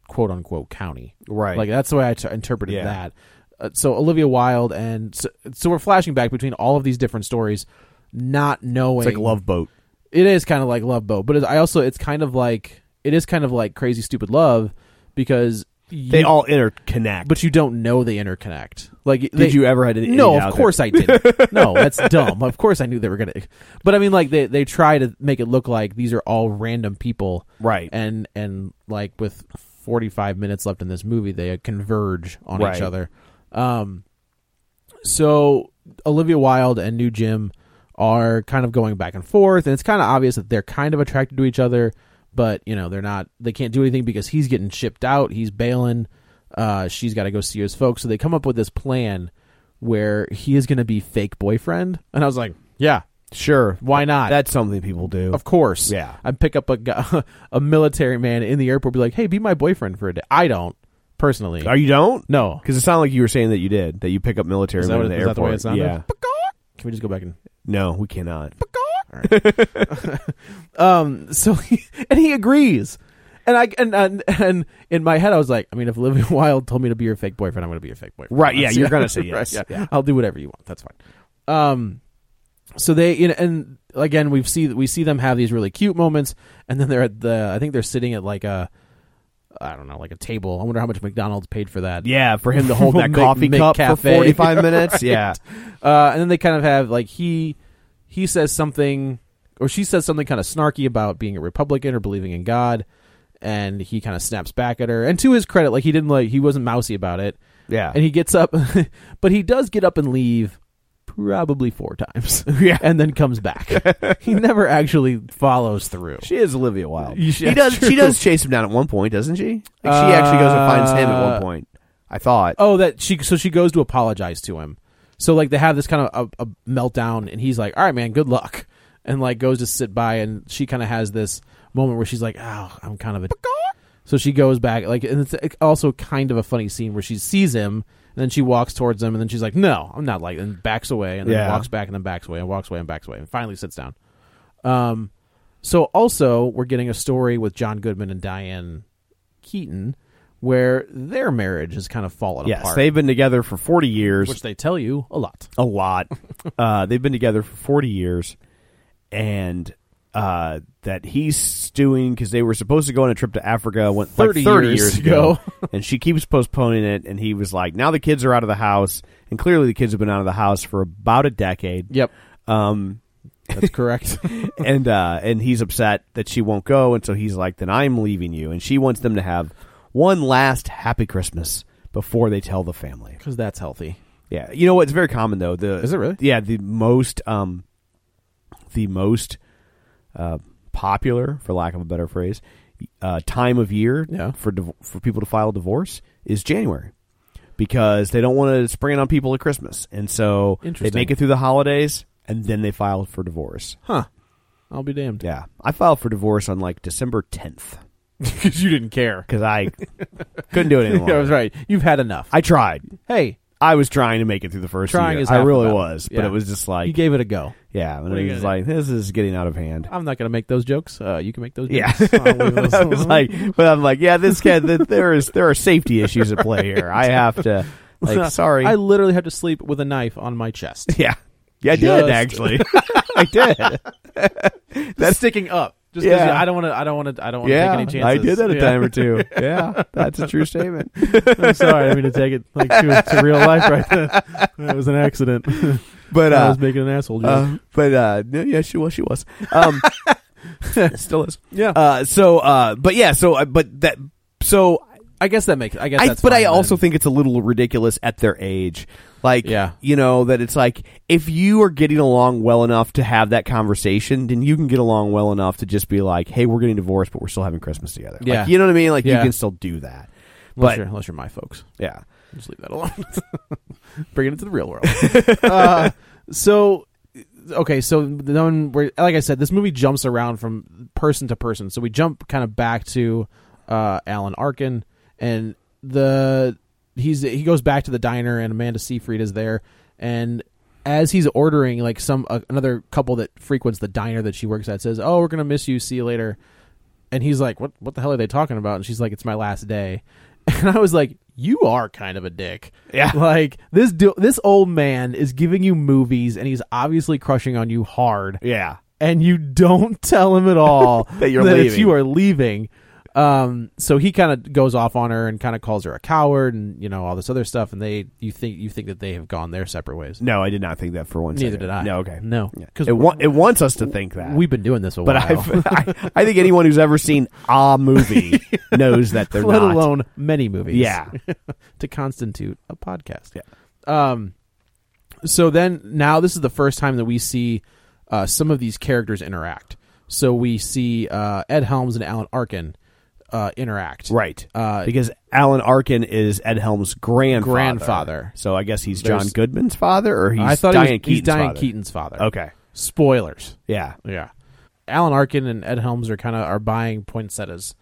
Speaker 3: quote unquote county
Speaker 2: Right.
Speaker 3: like that's the way I t- interpreted
Speaker 2: Yeah.
Speaker 3: that uh, so Olivia Wilde and so, so we're flashing back between all of these different stories not knowing
Speaker 2: it's like Love Boat.
Speaker 3: it is kind of like Love Boat, but it's, I also it's kind of like it is kind of like Crazy Stupid Love because you,
Speaker 2: They all interconnect.
Speaker 3: but you don't know they interconnect. Like, did
Speaker 2: you ever had any
Speaker 3: No,
Speaker 2: doubt
Speaker 3: of course I didn't. No, that's dumb. Of course I knew they were gonna. But I mean, like they they try to make it look like these are all random people,
Speaker 2: Right.
Speaker 3: And and like with forty five minutes left in this movie, they converge on each
Speaker 2: Right.
Speaker 3: other. Um, so Olivia Wilde and New Jim are kind of going back and forth, and it's kind of obvious that they're kind of attracted to each other, but you know they're not. They can't do anything because he's getting shipped out. He's bailing. Uh, she's got to go see his folks. So they come up with this plan where he is going to be fake boyfriend, and I was like, yeah,
Speaker 2: sure.
Speaker 3: why not?
Speaker 2: That's something people do.
Speaker 3: of course.
Speaker 2: Yeah.
Speaker 3: I pick up a guy, a military man in the airport, be like, hey, be my boyfriend for a day. I don't personally.
Speaker 2: Are you don't?
Speaker 3: no.
Speaker 2: Because it sounded like you were saying that you did that you pick up military
Speaker 3: Is that
Speaker 2: men
Speaker 3: what-
Speaker 2: in the
Speaker 3: is that
Speaker 2: airport.
Speaker 3: the way it sounded?
Speaker 2: Yeah.
Speaker 3: Can we just go back and
Speaker 2: No, we cannot.
Speaker 3: um so he, and he agrees and i and, and and in my head i was like i mean if olivia wilde told me to be your fake boyfriend i'm gonna be your fake boyfriend
Speaker 2: Right, yeah, you're gonna say
Speaker 3: Right,
Speaker 2: yes. Yeah.
Speaker 3: i'll do whatever you want that's fine um so they you know, and again we've see we see them have these really cute moments and then they're at the i think they're sitting at like a i don't know like a table i wonder how much mcdonald's paid for that
Speaker 2: Yeah, for him to hold that
Speaker 3: Mc-
Speaker 2: coffee cup for
Speaker 3: McCafe.
Speaker 2: forty five minutes. Yeah.
Speaker 3: uh, and then they kind of have like he he says something or she says something kind of snarky about being a Republican or believing in God, and he kind of snaps back at her. And to his credit, like he didn't like he wasn't mousy about it.
Speaker 2: Yeah.
Speaker 3: And he gets up, but he does get up and leave probably four times.
Speaker 2: Yeah.
Speaker 3: and then comes back. he never actually follows through.
Speaker 2: She is Olivia Wilde.
Speaker 3: You-
Speaker 2: She
Speaker 3: yeah,
Speaker 2: does.
Speaker 3: true.
Speaker 2: She does chase him down at one point, doesn't she? Like, she actually goes and finds him at
Speaker 3: Uh,
Speaker 2: one point. I thought.
Speaker 3: Oh, that she so she goes to apologize to him. So like they have this kind of a, a meltdown, and he's like, "All right, man, good luck," and like goes to sit by, and she kind of has this moment where she's like, "Oh, I'm kind of a." So she goes back, like, and it's also kind of a funny scene where she sees him, and then she walks towards him, and then she's like, "No, I'm not like," and backs away, and then
Speaker 2: Yeah.
Speaker 3: walks back, and then backs away, and walks away, and backs away, and finally sits down. Um, so also we're getting a story with John Goodman and Diane Keaton where their marriage has kind of fallen
Speaker 2: yes,
Speaker 3: apart.
Speaker 2: they've been together for forty years.
Speaker 3: which they tell you a lot.
Speaker 2: a lot. uh, they've been together for forty years, and uh, that he's stewing because they were supposed to go on a trip to Africa went
Speaker 3: 30
Speaker 2: like thirty
Speaker 3: years
Speaker 2: years,
Speaker 3: ago.
Speaker 2: ago, and she keeps postponing it. And he was like, "Now the kids are out of the house, and clearly the kids have been out of the house for about a decade."
Speaker 3: Yep,
Speaker 2: Um,
Speaker 3: that's correct.
Speaker 2: and uh, and he's upset that she won't go, and so he's like, "Then I'm leaving you." And she wants them to have one last happy Christmas before they tell the family.
Speaker 3: Because that's healthy.
Speaker 2: Yeah, you know what? It's very common though. The
Speaker 3: Is it really?
Speaker 2: Yeah, the most um, the most uh, popular, for lack of a better phrase, uh, time of year
Speaker 3: Yeah.
Speaker 2: for div- for people to file divorce is January. Because they don't want to spring it on people at Christmas, and so they
Speaker 3: Interesting.
Speaker 2: make it through the holidays, and then they file for divorce.
Speaker 3: Huh. I'll be damned.
Speaker 2: Yeah, I filed for divorce on like December tenth
Speaker 3: Because you didn't care.
Speaker 2: because I couldn't do it
Speaker 3: That
Speaker 2: anymore.
Speaker 3: was right. You've had enough.
Speaker 2: I tried.
Speaker 3: hey,
Speaker 2: I was trying to make it through the first
Speaker 3: Trying
Speaker 2: year.
Speaker 3: is
Speaker 2: I
Speaker 3: half the
Speaker 2: really
Speaker 3: battle.
Speaker 2: was, but
Speaker 3: Yeah.
Speaker 2: it was just
Speaker 3: you
Speaker 2: like
Speaker 3: gave it a go.
Speaker 2: yeah, and
Speaker 3: are you
Speaker 2: it was
Speaker 3: gonna
Speaker 2: like this is getting out of hand.
Speaker 3: I'm not going to make those jokes. Uh, you can make those.
Speaker 2: Yeah,
Speaker 3: jokes. I'll leave those
Speaker 2: I was
Speaker 3: alone.
Speaker 2: like, but I'm like, yeah, this kid. Th- there is there are safety issues at play here. I have to like sorry.
Speaker 3: Uh, I literally had to sleep with a knife on my chest.
Speaker 2: yeah, yeah, I
Speaker 3: Just-
Speaker 2: did actually. I did.
Speaker 3: That's sticking up. Just 'cause,
Speaker 2: Yeah.
Speaker 3: yeah, I don't want to. I don't want to. I don't want to
Speaker 2: Yeah,
Speaker 3: take any chances.
Speaker 2: I did that a
Speaker 3: Yeah.
Speaker 2: time or two. Yeah, that's a true statement.
Speaker 3: I'm sorry. I mean to take it like to, to real life right then. That was an accident.
Speaker 2: But uh,
Speaker 3: I was making an asshole joke.
Speaker 2: Uh, but uh, no, yeah, she was. She was. Um, still is.
Speaker 3: yeah.
Speaker 2: Uh, so, uh, but yeah, so, uh, but that, so
Speaker 3: I guess that makes. I guess.
Speaker 2: I,
Speaker 3: that's
Speaker 2: but I
Speaker 3: fine
Speaker 2: also
Speaker 3: then.
Speaker 2: think it's a little ridiculous at their age. Like,
Speaker 3: Yeah.
Speaker 2: you know, that it's like if you are getting along well enough to have that conversation, then you can get along well enough to just be like, hey, we're getting divorced, but we're still having Christmas together. Like,
Speaker 3: Yeah.
Speaker 2: you know what I mean? Like, you
Speaker 3: Yeah.
Speaker 2: can still do that.
Speaker 3: unless,
Speaker 2: But,
Speaker 3: you're, unless you're my folks,
Speaker 2: yeah.
Speaker 3: just leave that alone. Bringing it to the real world. uh, so, okay, so then we're like I said, this movie jumps around from person to person. So we jump kind of back to uh, Alan Arkin, and the he's he goes back to the diner, and Amanda Seyfried is there, and as he's ordering, like some uh, another couple that frequents the diner that she works at says, "Oh, we're gonna miss you. See you later." And he's like, "What? What the hell are they talking about?" And she's like, "It's my last day." And I was like, "You are kind of a dick."
Speaker 2: Yeah.
Speaker 3: Like this du- this old man is giving you movies, and he's obviously crushing on you hard,
Speaker 2: Yeah.
Speaker 3: and you don't tell him at all
Speaker 2: That you're
Speaker 3: it's-
Speaker 2: leaving.
Speaker 3: you are leaving. Um, so he kind of goes off on her and kind of calls her a coward, and you know all this other stuff. And they, you think you think that they have gone their separate ways.
Speaker 2: No, I did not think that for one
Speaker 3: Neither
Speaker 2: second.
Speaker 3: did I.
Speaker 2: No, okay.
Speaker 3: No,
Speaker 2: Yeah.
Speaker 3: 'Cause
Speaker 2: It, wa- it wants us to think that.
Speaker 3: We've been doing this a
Speaker 2: but
Speaker 3: while,
Speaker 2: I've, I, I think anyone who's ever seen a movie knows that they're
Speaker 3: let
Speaker 2: not.
Speaker 3: alone many movies.
Speaker 2: Yeah.
Speaker 3: to constitute a podcast.
Speaker 2: Yeah.
Speaker 3: Um. So then, now this is the first time that we see uh, some of these characters interact. So we see uh, Ed Helms and Alan Arkin uh, interact.
Speaker 2: Right.
Speaker 3: Uh,
Speaker 2: because Alan Arkin is Ed Helms' grandfather.
Speaker 3: Grandfather.
Speaker 2: So I guess he's
Speaker 3: There's-
Speaker 2: John Goodman's father, or he's
Speaker 3: I thought
Speaker 2: Diane
Speaker 3: he was,
Speaker 2: Keaton's
Speaker 3: he's Diane
Speaker 2: father.
Speaker 3: Keaton's father.
Speaker 2: Okay.
Speaker 3: Spoilers.
Speaker 2: Yeah.
Speaker 3: Yeah. Alan Arkin and Ed Helms are kind of are buying poinsettias,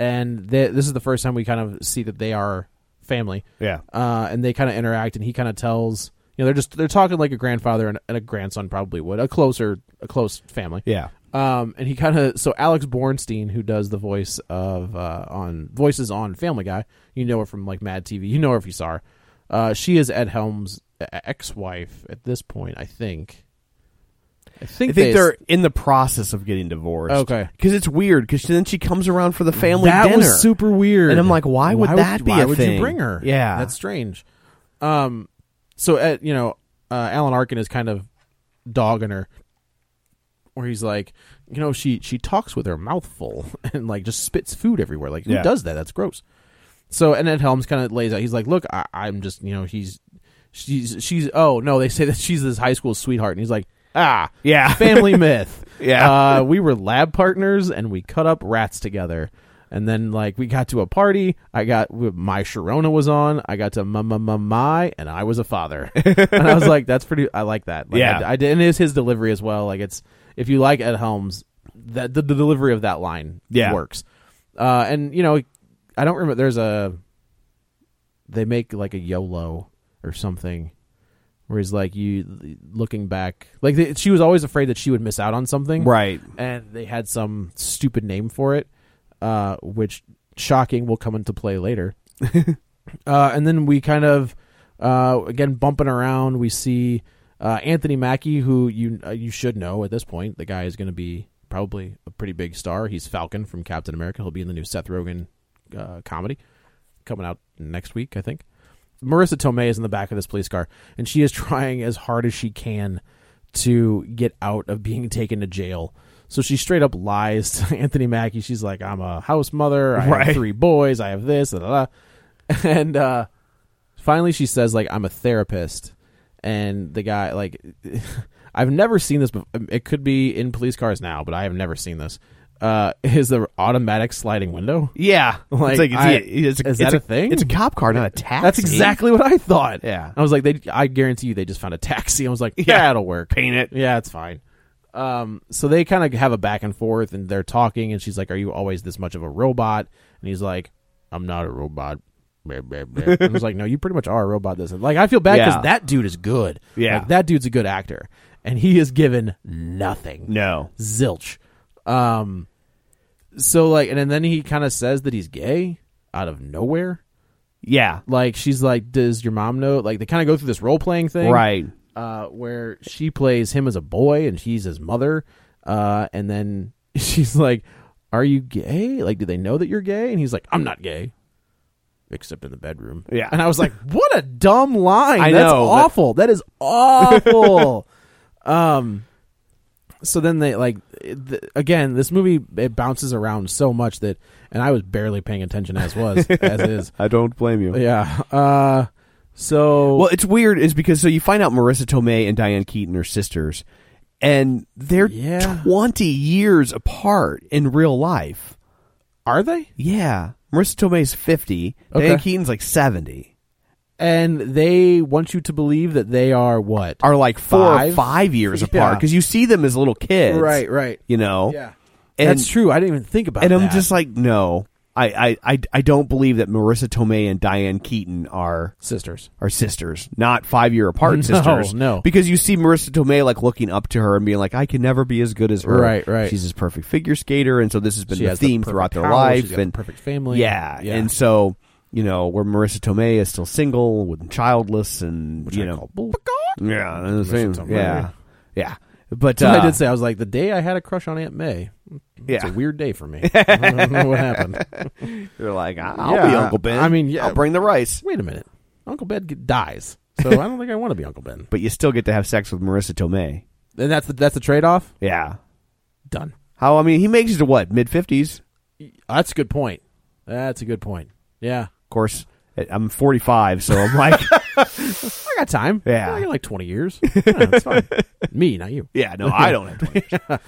Speaker 3: and they, this is the first time we kind of see that they are family.
Speaker 2: Yeah.
Speaker 3: Uh, and they kind of interact, and he kind of tells you know they're just they're talking like a grandfather and, and a grandson probably would a closer a close family.
Speaker 2: Yeah.
Speaker 3: Um, and he kind of so Alex Bornstein, who does the voice of uh, on voices on Family Guy, you know her from like Mad TV, you know her if you saw her. Uh, she is Ed Helms' e-, ex-wife at this point, I think. I
Speaker 2: I think
Speaker 3: think,
Speaker 2: they,
Speaker 3: they-
Speaker 2: are in the process of getting divorced.
Speaker 3: Okay.
Speaker 2: Because it's weird. Because then she comes around for the family
Speaker 3: that
Speaker 2: dinner.
Speaker 3: was super weird.
Speaker 2: And I'm like, why would that be
Speaker 3: Why
Speaker 2: a
Speaker 3: would
Speaker 2: thing?
Speaker 3: you bring her?
Speaker 2: Yeah.
Speaker 3: that's strange. Um, so uh, you know, uh, Alan Arkin is kind of dogging her, where he's like, you know, she she talks with her mouth full and like just spits food everywhere. Like who
Speaker 2: Yeah.
Speaker 3: does that? That's gross. So and Ed Helms kind of lays out. He's like, look, I, I'm just you know he's she's she's oh no they say that she's this high school sweetheart and he's like ah
Speaker 2: Yeah.
Speaker 3: family myth.
Speaker 2: Yeah.
Speaker 3: Uh, we were lab partners and we cut up rats together. And then, like, we got to a party. I got my Sharona was on. I got to my, my, my, my and I was a father. and I was like, that's pretty, I like that. Like,
Speaker 2: Yeah.
Speaker 3: I, I did. And it's his delivery as well. Like, it's, if you like Ed Helms, that the, the delivery of that line
Speaker 2: Yeah.
Speaker 3: works. Uh, and, you know, I don't remember. There's a, they make like a YOLO or something where he's like you looking back like th- she was always afraid that she would miss out on something
Speaker 2: Right.
Speaker 3: and they had some stupid name for it uh which shocking will come into play later uh and then we kind of uh again bumping around we see uh Anthony Mackie who you uh, you should know at this point the guy is going to be probably a pretty big star he's Falcon from Captain America he'll be in the new Seth Rogen uh, comedy coming out next week, I think. Marissa Tomei is in the back of this police car, and she is trying as hard as she can to get out of being taken to jail. So she straight up lies to Anthony Mackie. She's like, "I'm a house mother. I
Speaker 2: Right.
Speaker 3: have three boys. I have this." Da, da, da. And uh, finally, she says, "Like I'm a therapist," and the guy, like, I've never seen this. Before. It could be in police cars now, but I have never seen this. Uh, is the automatic sliding window?
Speaker 2: Yeah.
Speaker 3: Like,
Speaker 2: it's like, it's,
Speaker 3: I-
Speaker 2: it's a,
Speaker 3: is
Speaker 2: it's
Speaker 3: that a thing?
Speaker 2: It's a cop car, not a taxi.
Speaker 3: That's exactly what I thought.
Speaker 2: Yeah.
Speaker 3: I was like, they. I guarantee you, they just found a taxi. I was like, yeah,
Speaker 2: Yeah.
Speaker 3: it'll work.
Speaker 2: Paint it.
Speaker 3: Yeah, it's fine. Um, so they kind of have a back and forth, and they're talking, and she's like, "Are you always this much of a robot?" And he's like, "I'm not a robot." Blah, blah, blah. and I was like, "No, you pretty much are a robot." This, and like, I feel bad because
Speaker 2: Yeah.
Speaker 3: that dude is good.
Speaker 2: Yeah.
Speaker 3: like, that dude's a good actor, and he is given nothing
Speaker 2: No.
Speaker 3: zilch. Um, so like, and then he kind of says that he's gay out of nowhere.
Speaker 2: Yeah.
Speaker 3: Like she's like, does your mom know? Like they kind of go through this role playing thing,
Speaker 2: Right.
Speaker 3: Uh, where she plays him as a boy and he's his mother, uh, and then she's like, "Are you gay? Like, do they know that you're gay?" And he's like, "I'm not gay." Except in the bedroom,
Speaker 2: Yeah.
Speaker 3: And I was like, "What a dumb line!
Speaker 2: I
Speaker 3: That's
Speaker 2: know, but-
Speaker 3: awful. That is awful." um, so then they like it- th- again this movie it bounces around so much that and i was barely paying attention as was as is
Speaker 2: I don't blame you.
Speaker 3: yeah uh so
Speaker 2: Well, it's weird is because so you find out Marissa Tomei and Diane Keaton are sisters, and they're
Speaker 3: Yeah.
Speaker 2: twenty years apart in real life.
Speaker 3: are they
Speaker 2: Yeah, Marissa Tomei's fifty.
Speaker 3: Okay.
Speaker 2: Diane Keaton's like seventy.
Speaker 3: and they want you to believe that they are what
Speaker 2: Are like four
Speaker 3: Five?
Speaker 2: or five years
Speaker 3: Yeah.
Speaker 2: apart because you see them as little kids,
Speaker 3: right right
Speaker 2: You know,
Speaker 3: yeah
Speaker 2: And,
Speaker 3: that's true i didn't even think about
Speaker 2: And I'm
Speaker 3: that.
Speaker 2: just like, no, I, I, I, I don't believe that Marissa Tomei and Diane Keaton are
Speaker 3: sisters
Speaker 2: are sisters, not five year apart
Speaker 3: No,
Speaker 2: sisters.
Speaker 3: no.
Speaker 2: because you see Marissa Tomei like looking up to her and being like, "I can never be as good as her."
Speaker 3: Right, right.
Speaker 2: She's this perfect figure skater, and so this has been
Speaker 3: She
Speaker 2: the
Speaker 3: has the
Speaker 2: theme
Speaker 3: perfect
Speaker 2: throughout their
Speaker 3: house,
Speaker 2: life
Speaker 3: she's got the
Speaker 2: and
Speaker 3: perfect family.
Speaker 2: Yeah,
Speaker 3: Yeah.
Speaker 2: and so you know where Marissa Tomei is still single and childless, and you know, yeah, the same,
Speaker 3: Tomei.
Speaker 2: yeah, yeah. But
Speaker 3: So
Speaker 2: uh,
Speaker 3: I did say I was like the day I had a crush on Aunt May. It's
Speaker 2: Yeah.
Speaker 3: a weird day for me. I don't know what happened.
Speaker 2: they're like, "Ah, "I'll
Speaker 3: Yeah,
Speaker 2: be Uncle Ben."
Speaker 3: I mean, yeah.
Speaker 2: I'll bring the rice.
Speaker 3: Wait a minute, Uncle Ben g- dies, so I don't think I want to be Uncle Ben.
Speaker 2: but you still get to have sex with Marissa Tomei.
Speaker 3: And that's the that's the trade off.
Speaker 2: Yeah.
Speaker 3: Done.
Speaker 2: How I mean, he makes it to what mid fifties.
Speaker 3: That's a good point. That's a good point. Yeah,
Speaker 2: Of course, I'm 45, so I'm like,
Speaker 3: I got time.
Speaker 2: Yeah.
Speaker 3: I got like twenty years. Yeah, that's fine. me, not you.
Speaker 2: yeah, no, I don't have. To.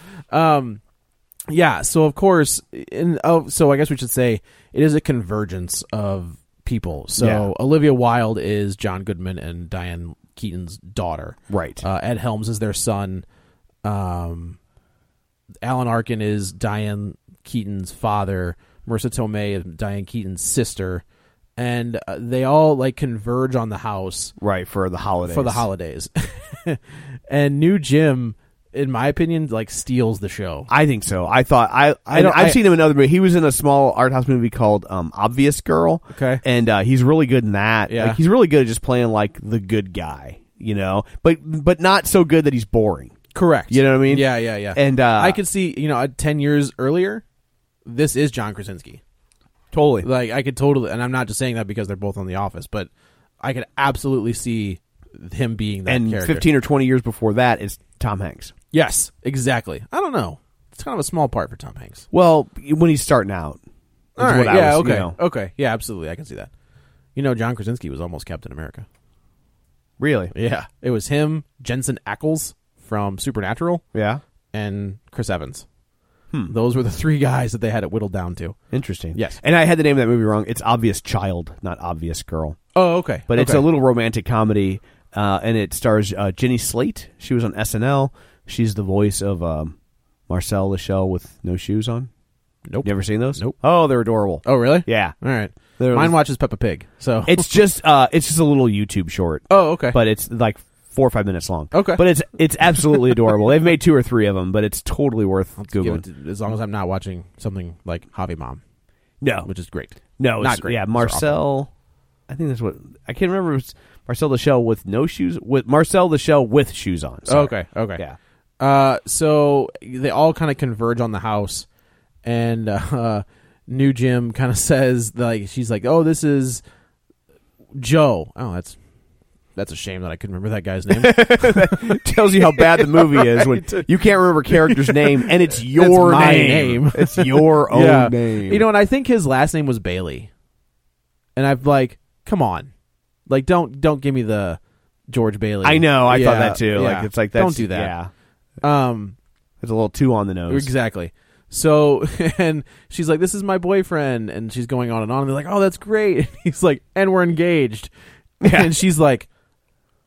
Speaker 3: Yeah, so of course, in oh, so I guess we should say it is a convergence of people. So
Speaker 2: Yeah.
Speaker 3: Olivia Wilde is John Goodman and Diane Keaton's daughter.
Speaker 2: Right.
Speaker 3: Uh, Ed Helms is their son. Um, Alan Arkin is Diane Keaton's father. Marissa Tomei is Diane Keaton's sister, and uh, they all like converge on the house
Speaker 2: right for the holidays.
Speaker 3: for the holidays. and New Jim, in my opinion, like steals the show.
Speaker 2: I think so. I thought I, I,
Speaker 3: don't-
Speaker 2: I've
Speaker 3: I-
Speaker 2: seen him in other movies. He was in a small art house movie called um, Obvious Girl.
Speaker 3: Okay.
Speaker 2: and uh, he's really good in that.
Speaker 3: Yeah.
Speaker 2: Like, he's really good at just playing like the good guy, you know, but but not so good that he's boring.
Speaker 3: Correct.
Speaker 2: You know what I mean?
Speaker 3: Yeah, yeah, yeah.
Speaker 2: And, uh,
Speaker 3: I could see, you know, uh, ten years earlier, this is John Krasinski.
Speaker 2: Totally.
Speaker 3: Like I could totally, and I'm not just saying that because they're both on The Office, but I could absolutely see him being that
Speaker 2: and
Speaker 3: character.
Speaker 2: 15 or 20 years before that, it's Tom Hanks.
Speaker 3: Yes, exactly. I don't know. It's kind of a small part for Tom Hanks.
Speaker 2: Well, when he's starting out. is
Speaker 3: All right.
Speaker 2: what I
Speaker 3: yeah.
Speaker 2: was, you
Speaker 3: okay.
Speaker 2: know.
Speaker 3: Okay. Yeah. Absolutely. I can see that. You know, John Krasinski was almost Captain America.
Speaker 2: Really?
Speaker 3: Yeah. It was him, Jensen Ackles from Supernatural,
Speaker 2: Yeah.
Speaker 3: and Chris Evans.
Speaker 2: Hmm.
Speaker 3: Those were the three guys that they had it whittled down to.
Speaker 2: Interesting.
Speaker 3: Yes.
Speaker 2: And I had the name of that movie wrong. It's Obvious Child, not Obvious Girl.
Speaker 3: Oh, okay.
Speaker 2: But it's
Speaker 3: Okay.
Speaker 2: a little romantic comedy, uh, and it stars uh, Jenny Slate. She was on SNL. She's the voice of um, Marcel Lachelle with no shoes on.
Speaker 3: Nope.
Speaker 2: You ever seen those?
Speaker 3: Nope.
Speaker 2: Oh, they're adorable.
Speaker 3: Oh, really?
Speaker 2: Yeah.
Speaker 3: All right.
Speaker 2: There
Speaker 3: Mine
Speaker 2: was-
Speaker 3: watches Peppa Pig. So
Speaker 2: It's just uh, it's just a little YouTube short.
Speaker 3: oh, okay.
Speaker 2: But it's like four or five minutes long.
Speaker 3: Okay.
Speaker 2: But it's it's absolutely adorable. They've made two or three of them, but it's totally worth
Speaker 3: Give
Speaker 2: googling.
Speaker 3: it to- as long as I'm not watching something like Hobby Mom,
Speaker 2: no,
Speaker 3: which is great.
Speaker 2: No,
Speaker 3: Not
Speaker 2: it's,
Speaker 3: great.
Speaker 2: Yeah,
Speaker 3: Those are
Speaker 2: Marcel. I think that's what I can't remember. If it's Marcel the Shell with no shoes. With Marcel the Shell with shoes on. Sorry.
Speaker 3: Okay. Okay.
Speaker 2: Yeah.
Speaker 3: Uh, so they all kind of converge on the house, and uh, New Jim kind of says like she's like, "Oh, this is Joe." Oh, that's that's a shame that I couldn't remember that guy's name.
Speaker 2: Tells you how bad the movie is when you can't remember a character's name and it's your
Speaker 3: my name.
Speaker 2: it's your own
Speaker 3: yeah.
Speaker 2: name.
Speaker 3: You know, and I think his last name was Bailey. And I've like, come on, like don't don't give me the George Bailey.
Speaker 2: I know. I
Speaker 3: Yeah,
Speaker 2: thought that too.
Speaker 3: yeah.
Speaker 2: Like it's like that's,
Speaker 3: don't do that.
Speaker 2: Yeah,
Speaker 3: Um,
Speaker 2: it's a little too on the nose.
Speaker 3: exactly. So and she's like, this is my boyfriend, and she's going on and on. And they're like, oh, that's great. And he's like, and we're engaged. And she's like.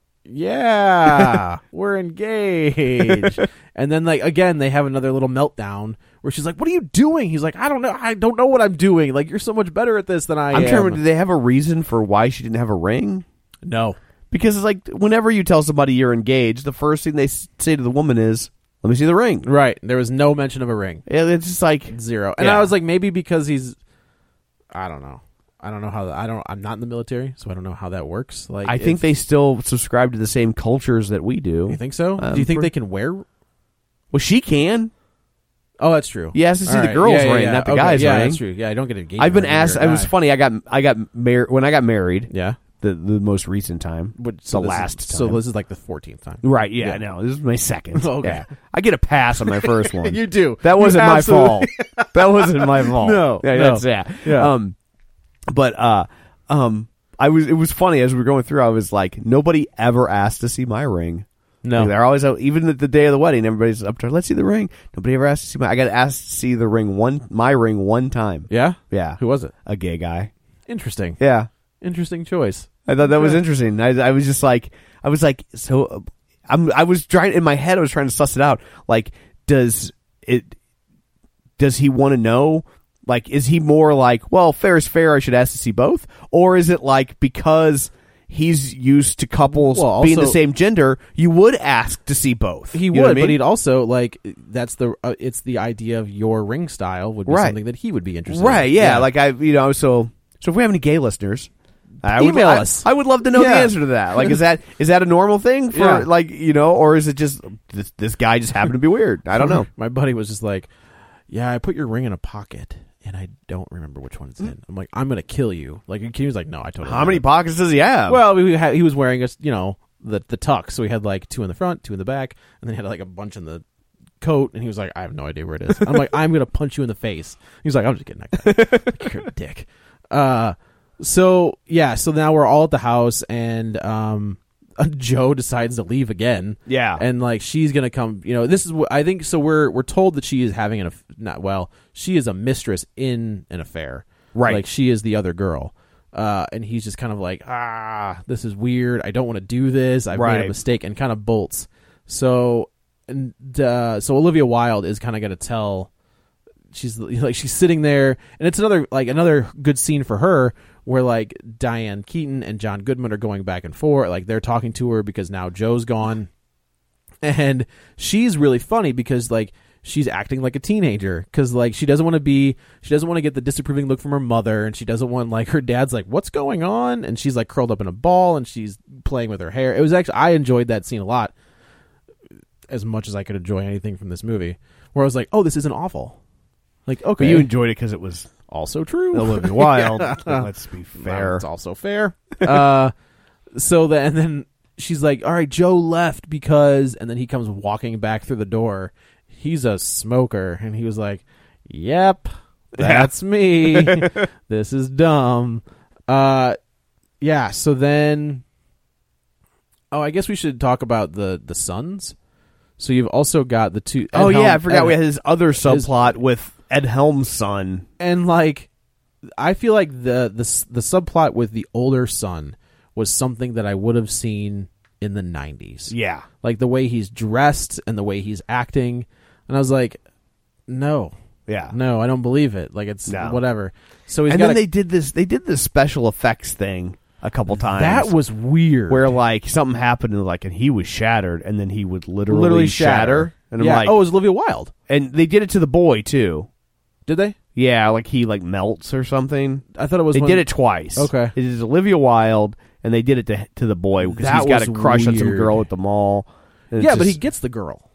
Speaker 3: Yeah, we're engaged. and then like again they have another little meltdown where she's like, "What are you doing?" He's like, "I don't know. I don't know what I'm doing. Like you're so much better at this than I
Speaker 2: I'm
Speaker 3: am."
Speaker 2: trying. to remember, Did they have a reason for why she didn't have a ring?
Speaker 3: No.
Speaker 2: Because it's like whenever you tell somebody you're engaged, the first thing they s- say to the woman is, "Let me see the ring."
Speaker 3: Right. There was no mention of a ring.
Speaker 2: Yeah, It's just like
Speaker 3: Zero. And
Speaker 2: Yeah.
Speaker 3: I was like, maybe because he's, I don't know. I don't know how. I don't. I'm not in the military, so I don't know how that works. Like,
Speaker 2: I think
Speaker 3: if-
Speaker 2: they still subscribe to the same cultures that we do.
Speaker 3: You think so?
Speaker 2: Um,
Speaker 3: Do you think
Speaker 2: for-
Speaker 3: they can wear?
Speaker 2: Well, she can.
Speaker 3: Oh, that's true.
Speaker 2: He has to see
Speaker 3: All
Speaker 2: the girl's ring, not the guy's
Speaker 3: yeah,
Speaker 2: ring.
Speaker 3: That's true. Yeah, I don't get engaged.
Speaker 2: I've been
Speaker 3: when you're a
Speaker 2: asked. It was
Speaker 3: guy.
Speaker 2: funny. I got I got married when I got married.
Speaker 3: Yeah.
Speaker 2: the the most recent time,
Speaker 3: Which,
Speaker 2: the
Speaker 3: this is-
Speaker 2: last time.
Speaker 3: So this is like the 14th time.
Speaker 2: Right, yeah, no, this is my second.
Speaker 3: Okay.
Speaker 2: Yeah. I get a pass on my first one.
Speaker 3: You do.
Speaker 2: That
Speaker 3: You
Speaker 2: wasn't my fault.
Speaker 3: absolutely-
Speaker 2: that wasn't my fault.
Speaker 3: No,
Speaker 2: yeah,
Speaker 3: no.
Speaker 2: that's yeah.
Speaker 3: Yeah.
Speaker 2: Um, but uh, um, I was. It was funny as we were going through. I was like, nobody ever asked to see my ring.
Speaker 3: No.
Speaker 2: Like, they're always out, even at the day of the wedding. Everybody's up to. Let's see the ring. Nobody ever asked to see my. I got asked to see the ring one. My ring one time.
Speaker 3: Yeah?
Speaker 2: Yeah.
Speaker 3: Who was it?
Speaker 2: A gay guy.
Speaker 3: Interesting.
Speaker 2: Yeah.
Speaker 3: Interesting choice.
Speaker 2: I thought that was interesting. I, I was just like, I was like, so uh, I'm, I was trying in my head, I was trying to suss it out. Like, does it, does he want to know? Like, is he more like, well, fair is fair, I should ask to see both? Or is it like, because he's used to couples
Speaker 3: Well,
Speaker 2: being the
Speaker 3: also-
Speaker 2: same gender, you would ask to see both?
Speaker 3: He
Speaker 2: You know
Speaker 3: would,
Speaker 2: what I mean?
Speaker 3: but he'd also like that's the uh, it's the idea of your ring style would be
Speaker 2: Right.
Speaker 3: something that he would be interested. in.
Speaker 2: Right, yeah, Like, I, you know, so, so if we have any gay listeners, I would,
Speaker 3: Email
Speaker 2: I-
Speaker 3: us.
Speaker 2: I, would love to know the
Speaker 3: Yeah.
Speaker 2: answer to that. Like, is that is that a normal thing for
Speaker 3: Yeah.
Speaker 2: like you know, or is it just this, this guy just happened to be weird? I don't know.
Speaker 3: My buddy was just like, "Yeah, I put your ring in a pocket, and I don't remember which one it's in." I'm like, "I'm gonna kill you!" Like he was like, "No, I totally."
Speaker 2: Mm. How many
Speaker 3: remember."
Speaker 2: pockets does he have?
Speaker 3: well, we had, he was wearing a you know the the tux, so he had like two in the front, two in the back, and then he had like a bunch in the coat, and he was like, "I have no idea where it is." I'm like, "I'm gonna punch you in the face." He's like, "I'm just kidding, that guy. Like, You're a dick." Uh, so yeah, so now we're all at the house, and um, Joe decides to leave again.
Speaker 2: Yeah.
Speaker 3: and like she's gonna come. You know, this is what I think. So we're we're told that she is having an aff- not well. She is a mistress in an affair.
Speaker 2: Right.
Speaker 3: like she is the other girl. Uh, and he's just kind of like, ah, this is weird. I don't want to do this. I've made
Speaker 2: Right.
Speaker 3: a mistake, and kind of bolts. So, and uh, so Olivia Wilde is kind of going to tell she's like she's sitting there and it's another like another good scene for her where like Diane Keaton and John Goodman are going back and forth like they're talking to her because now Joe's gone and she's really funny because like she's acting like a teenager cuz like she doesn't want to be she doesn't want to get the disapproving look from her mother and she doesn't want like her dad's like what's going on and she's like curled up in a ball and she's playing with her hair it was actually I enjoyed that scene a lot as much as I could enjoy anything from this movie where I was like oh this isn't awful like okay
Speaker 2: But you enjoyed it because it was
Speaker 3: also true.
Speaker 2: Olivia Wilde. Let's be
Speaker 3: Well,
Speaker 2: fair.
Speaker 3: it's also fair. uh, so then, and then she's like, "All right, Joe left because," and then he comes walking back through the door. He's a smoker, and he was like, "Yep, that's me. this is dumb." Uh, yeah. So then, oh, I guess we should talk about the the sons. So you've also got the two.
Speaker 2: oh
Speaker 3: Ed
Speaker 2: yeah,
Speaker 3: Helm-
Speaker 2: I forgot
Speaker 3: Ed-
Speaker 2: we had his other subplot with Ed Helms' son.
Speaker 3: and like I feel like the the s- the subplot with the older son was something that I would have seen in the 90s.
Speaker 2: Yeah,
Speaker 3: Like the way he's dressed and the way he's acting and I was like no.
Speaker 2: yeah.
Speaker 3: No, I don't believe it. Like it's
Speaker 2: No.
Speaker 3: whatever. So he's
Speaker 2: and
Speaker 3: got
Speaker 2: then
Speaker 3: a-
Speaker 2: they did this. They did this special effects thing a couple times.
Speaker 3: that was weird.
Speaker 2: where like something happened and like and he was shattered and then he would literally, shatter. and
Speaker 3: yeah.
Speaker 2: I'm like
Speaker 3: oh, it was Olivia Wilde.
Speaker 2: and they did it to the boy too
Speaker 3: Did they?
Speaker 2: yeah like he like melts or something
Speaker 3: I thought it was
Speaker 2: they
Speaker 3: when-
Speaker 2: did it twice
Speaker 3: Okay.
Speaker 2: it is Olivia Wilde and they did it to, to the boy because
Speaker 3: That
Speaker 2: he's got a
Speaker 3: was
Speaker 2: crush on some
Speaker 3: weird.
Speaker 2: girl at the mall And it's
Speaker 3: Yeah, but he
Speaker 2: just-
Speaker 3: gets the girl.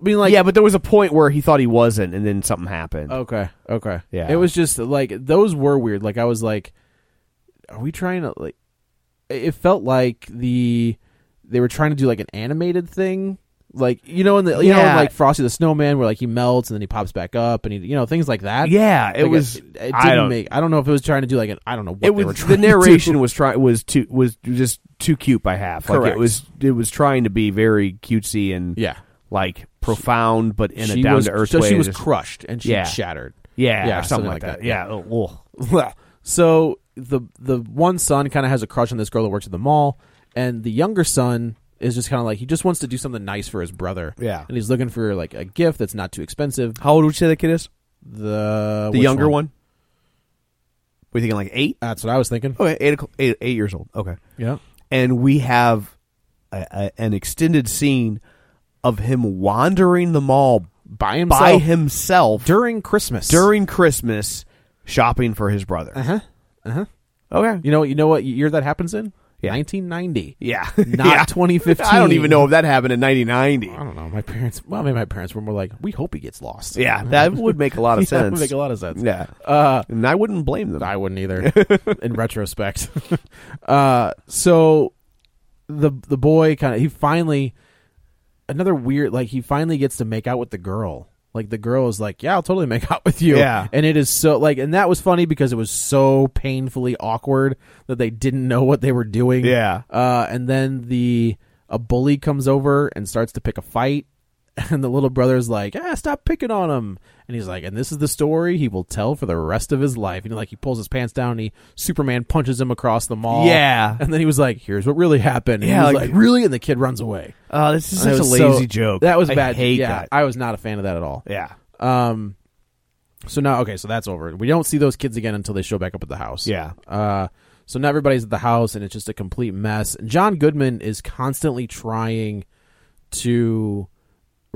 Speaker 3: I mean like Oh.
Speaker 2: yeah but there was a point where he thought he wasn't and then something happened
Speaker 3: Okay. Okay.
Speaker 2: Yeah.
Speaker 3: It was just like those were weird. Like I was like, are we trying to like? It felt like the they were trying to do like an animated thing, like you know, in the you know, in,
Speaker 2: Yeah.
Speaker 3: like Frosty the Snowman, where like he melts and then he pops back up, and he you know things like that.
Speaker 2: yeah it
Speaker 3: Like,
Speaker 2: was
Speaker 3: It, it
Speaker 2: I
Speaker 3: didn't
Speaker 2: don't-
Speaker 3: make. I don't know if it was trying to do like an. I don't know what
Speaker 2: it
Speaker 3: they were
Speaker 2: was
Speaker 3: trying.
Speaker 2: the
Speaker 3: to do.
Speaker 2: narration was trying was too was just too cute by half like
Speaker 3: Correct.
Speaker 2: it was it was trying to be very cutesy and
Speaker 3: Yeah.
Speaker 2: like profound but in
Speaker 3: she
Speaker 2: a down
Speaker 3: was,
Speaker 2: to earth
Speaker 3: so
Speaker 2: way
Speaker 3: she
Speaker 2: to
Speaker 3: was
Speaker 2: just-
Speaker 3: crushed and she
Speaker 2: Yeah.
Speaker 3: shattered.
Speaker 2: yeah,
Speaker 3: Yeah,
Speaker 2: or something, like that, yeah oh, ugh.
Speaker 3: so the the one son kind of has a crush on this girl that works at the mall, and the younger son is just kind of like he just wants to do something nice for his brother.
Speaker 2: Yeah.
Speaker 3: and he's looking for like a gift that's not too expensive.
Speaker 2: how old would you say that kid is the
Speaker 3: The which
Speaker 2: younger one? we're thinking like eight
Speaker 3: That's what I was thinking.
Speaker 2: okay eight, o'clock- eight, eight years old okay
Speaker 3: Yeah,
Speaker 2: and we have a, a, an extended scene of him wandering the mall
Speaker 3: by himself
Speaker 2: by himself
Speaker 3: during Christmas.
Speaker 2: during christmas shopping for his brother
Speaker 3: uh huh.
Speaker 2: okay
Speaker 3: You know you know what year that happens in?
Speaker 2: Yeah.
Speaker 3: 1990.
Speaker 2: Yeah.
Speaker 3: Not
Speaker 2: Yeah.
Speaker 3: 2015.
Speaker 2: I don't even know if that happened in 1990.
Speaker 3: I don't know. My parents, well, maybe my parents were more like, we hope he gets lost.
Speaker 2: Yeah, that would make a lot of
Speaker 3: Yeah, that
Speaker 2: sense.
Speaker 3: would make a lot of sense.
Speaker 2: Yeah,
Speaker 3: Uh,
Speaker 2: and I wouldn't blame them.
Speaker 3: I wouldn't either. in retrospect, uh, so the the boy kind of he finally another weird like he finally gets to make out with the girl. Like the girl is like, yeah, I'll totally make out with you.
Speaker 2: Yeah.
Speaker 3: and it is so like, and that was funny because it was so painfully awkward that they didn't know what they were doing.
Speaker 2: Yeah.
Speaker 3: uh, and then the a bully comes over and starts to pick a fight. And the little brother's like, ah, stop picking on him. And he's like, and this is the story he will tell for the rest of his life. And like, he pulls his pants down and he Superman punches him across the
Speaker 2: Oh.
Speaker 3: mall.
Speaker 2: Yeah.
Speaker 3: And then he was like, here's what really happened. And
Speaker 2: Yeah,
Speaker 3: he was
Speaker 2: like-
Speaker 3: like, really? And the kid runs away.
Speaker 2: Oh, this is such
Speaker 3: That
Speaker 2: a
Speaker 3: was so-
Speaker 2: lazy joke.
Speaker 3: That was
Speaker 2: I
Speaker 3: bad.
Speaker 2: Hate
Speaker 3: yeah,
Speaker 2: that.
Speaker 3: I was not a fan of that at all.
Speaker 2: yeah,
Speaker 3: Um, so now, okay, so that's over. We don't see those kids again until they show back up at the house.
Speaker 2: Yeah.
Speaker 3: Uh, so now everybody's at the house, and it's just a complete mess. And John Goodman is constantly trying to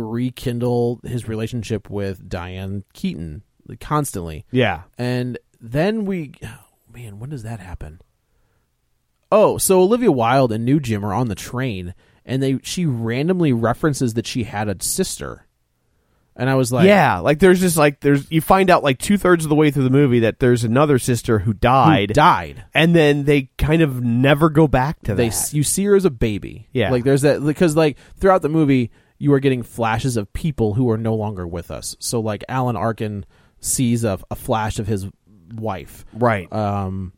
Speaker 3: rekindle his relationship with Diane Keaton, like, constantly.
Speaker 2: yeah.
Speaker 3: And then we, oh, man, when does that happen? Oh, so Olivia Wilde and New Jim are on the train, and they she randomly references that she had a sister, and I was like,
Speaker 2: yeah, like there's just like there's you find out like two thirds of the way through the movie that there's another sister who
Speaker 3: who
Speaker 2: died,
Speaker 3: died.
Speaker 2: and then they kind of never go back to
Speaker 3: They
Speaker 2: that.
Speaker 3: you see her as a baby,
Speaker 2: Yeah.
Speaker 3: Like there's that because like throughout the movie you are getting flashes of people who are no longer with us. So like Alan Arkin sees a, a flash of his wife,
Speaker 2: right?
Speaker 3: um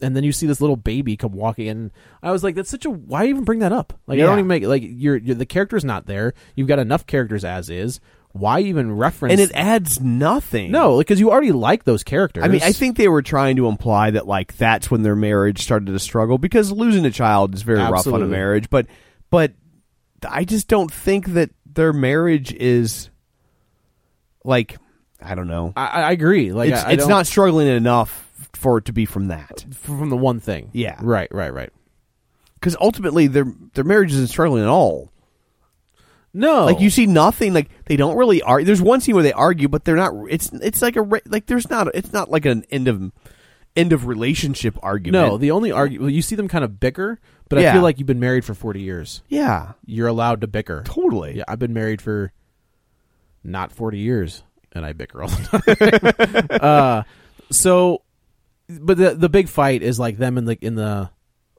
Speaker 3: and then you see this little baby come walking in i was like that's such a why even bring that up like
Speaker 2: Yeah.
Speaker 3: i don't even make like you're, you're the character's not there you've got enough characters as is why even reference
Speaker 2: and it adds nothing.
Speaker 3: no because you already like those characters
Speaker 2: I mean, I think they were trying to imply that like that's when their marriage started to struggle because losing a child is very rough on
Speaker 3: Absolutely.
Speaker 2: a marriage, but but I just don't think that their marriage is like I don't know.
Speaker 3: i, I agree like
Speaker 2: it's
Speaker 3: I, I
Speaker 2: it's
Speaker 3: don't-
Speaker 2: not struggling enough for it to be from that.
Speaker 3: from the one thing
Speaker 2: Yeah.
Speaker 3: right right right
Speaker 2: Cuz ultimately their their marriage isn't struggling at all.
Speaker 3: no
Speaker 2: Like you see nothing like they don't really argue. There's one scene where they argue but they're not it's it's like a re- like there's not it's not like an end of end of relationship argument.
Speaker 3: no the only argument well, you see them kind of bicker but
Speaker 2: Yeah.
Speaker 3: i feel like you've been married for 40 years
Speaker 2: yeah.
Speaker 3: you're allowed to bicker
Speaker 2: Totally.
Speaker 3: yeah i've been married for not 40 years and i bicker all the time so but the the big fight is like them in the in the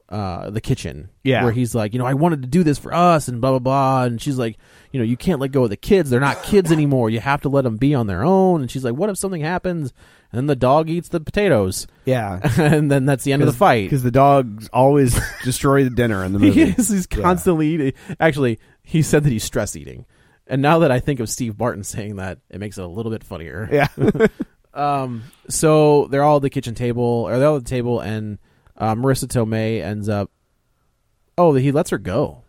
Speaker 3: uh the kitchen
Speaker 2: Yeah.
Speaker 3: where he's like you know i wanted to do this for us and blah blah blah and she's like you know you can't let go of the kids they're not kids anymore you have to let them be on their own and she's like what if something happens and then the dog eats the potatoes
Speaker 2: Yeah.
Speaker 3: and then that's the end of the fight
Speaker 2: Because the dogs always destroy the dinner in the
Speaker 3: he
Speaker 2: movie.
Speaker 3: is he's constantly eating actually he said that he's stress eating and now that i think of steve martin saying that it makes it a little bit funnier
Speaker 2: Yeah.
Speaker 3: so they're all at the kitchen table, or they're all at the table, and uh, Marissa Tomei ends up. Oh, he lets her go.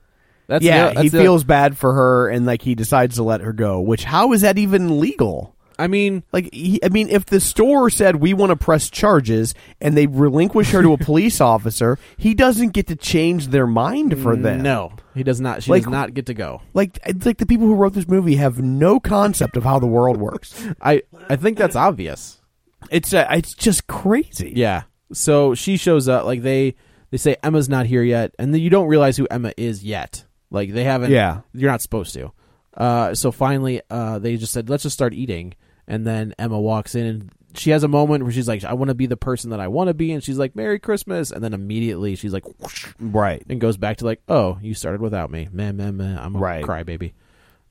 Speaker 3: That's the-
Speaker 2: yeah, he
Speaker 3: that's the-
Speaker 2: feels bad for her and like he decides to let her go, which how is that even legal?
Speaker 3: I mean,
Speaker 2: Like he, I mean if the store said we want to press charges and they relinquish her to a police officer, he doesn't get to change their mind for them.
Speaker 3: no, he does not. She
Speaker 2: Like-
Speaker 3: does not get to go.
Speaker 2: Like it's like the people who wrote this movie have no concept of how the world works.
Speaker 3: I I think that's obvious.
Speaker 2: It's uh, it's just crazy.
Speaker 3: Yeah. So she shows up. Like they they say Emma's not here yet, and then you don't realize who Emma is yet. Like they haven't.
Speaker 2: Yeah.
Speaker 3: You're not supposed to. Uh, so finally, uh, they just said, "Let's just start eating." And then Emma walks in, and she has a moment where she's like, "I want to be the person that I want to be," and she's like, "Merry Christmas!" And then immediately she's like, whoosh,
Speaker 2: Right.
Speaker 3: and goes back to like, "Oh, you started without me, man, man, man. I'm a
Speaker 2: Right.
Speaker 3: crybaby."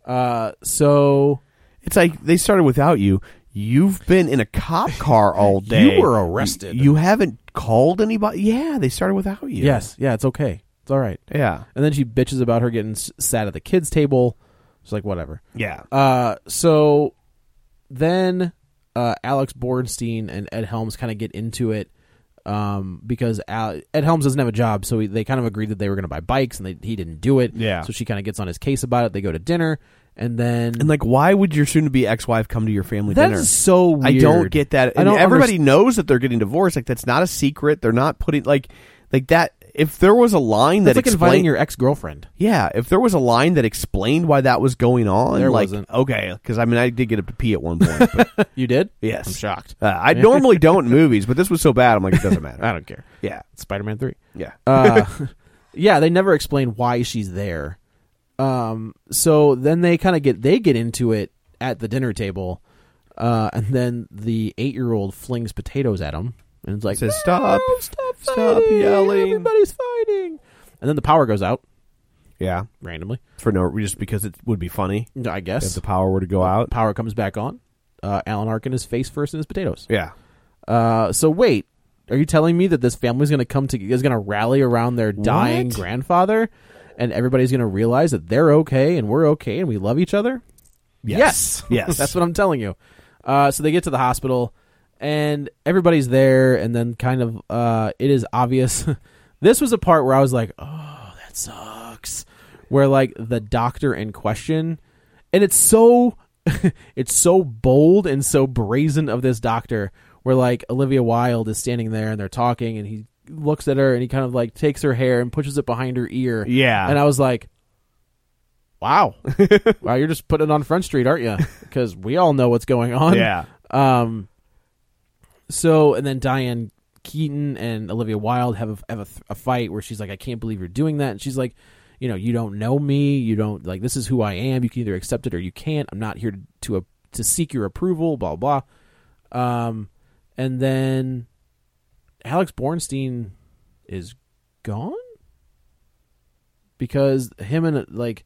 Speaker 3: Uh, so
Speaker 2: It's like they started without you. You've been in a cop car all day.
Speaker 3: You were arrested.
Speaker 2: You, you haven't called anybody. Yeah, they started without you.
Speaker 3: yes, yeah, it's okay, it's all right.
Speaker 2: Yeah.
Speaker 3: And then she bitches about her getting s- sat at the kids' table. She's like, "Whatever."
Speaker 2: Yeah.
Speaker 3: Uh, so then uh, Alex Bornstein and Ed Helms kind of get into it um, because Al- Ed Helms doesn't have a job, so he, they kind of agreed that they were going to buy bikes, and they, he didn't do it.
Speaker 2: Yeah.
Speaker 3: So she kind of gets on his case about it. They go to dinner, and then
Speaker 2: And like, why would your soon-to-be ex-wife come to your family
Speaker 3: that
Speaker 2: dinner?
Speaker 3: is so weird.
Speaker 2: I don't get that.
Speaker 3: I
Speaker 2: And
Speaker 3: don't
Speaker 2: everybody knows that they're getting divorced. Like that's not a secret. They're not putting like like that. if there was a line
Speaker 3: That's
Speaker 2: that
Speaker 3: like inviting
Speaker 2: explained,
Speaker 3: your ex girlfriend.
Speaker 2: yeah, if there was a line that explained why that was going on,
Speaker 3: There
Speaker 2: like
Speaker 3: wasn't.
Speaker 2: okay, because I mean I did get up to pee at one point. But,
Speaker 3: You did?
Speaker 2: yes,
Speaker 3: I'm shocked.
Speaker 2: Uh, I normally don't in movies, but this was so bad. I'm like, it doesn't matter.
Speaker 3: I don't care.
Speaker 2: yeah,
Speaker 3: Spider Man Three.
Speaker 2: yeah.
Speaker 3: Uh, yeah, they never explain why she's there. Um, so then they kind of get they get into it at the dinner table, uh, and then the eight year old flings potatoes at him and it's like
Speaker 2: Says, "Stop.
Speaker 3: "No, stop,
Speaker 2: Stop
Speaker 3: fighting.
Speaker 2: yelling."
Speaker 3: everybody's fighting," and then the power goes out
Speaker 2: yeah,
Speaker 3: randomly.
Speaker 2: for no just because it would be funny
Speaker 3: I
Speaker 2: if
Speaker 3: guess
Speaker 2: the power were to go out.
Speaker 3: power comes back on. Uh, Alan Arkin is face first in his potatoes.
Speaker 2: Yeah,
Speaker 3: Uh, so wait, are you telling me that this family's going to come to is going to rally around their dying
Speaker 2: What?
Speaker 3: grandfather, and everybody's going to realize that they're okay and we're okay and we love each other?
Speaker 2: Yes. Yes.
Speaker 3: that's what I'm telling you. Uh, so they get to the hospital, and everybody's there, and then kind of uh, it is obvious. this was a part where I was like, oh, that sucks. Where like the doctor in question, and it's so it's so bold and so brazen of this doctor where like olivia wilde is standing there and they're talking and he looks at her and he kind of like takes her hair and pushes it behind her ear
Speaker 2: Yeah.
Speaker 3: and i was like wow wow you're just putting it on front street aren't you because we all know what's going on
Speaker 2: yeah.
Speaker 3: um so and then diane keaton and olivia wilde have a, have a, th- a fight where she's like i can't believe you're doing that and she's like you know you don't know me you don't like this is who i am you can either accept it or you can't i'm not here to to, a, to seek your approval blah blah blah. um and then alex bornstein is gone because him and like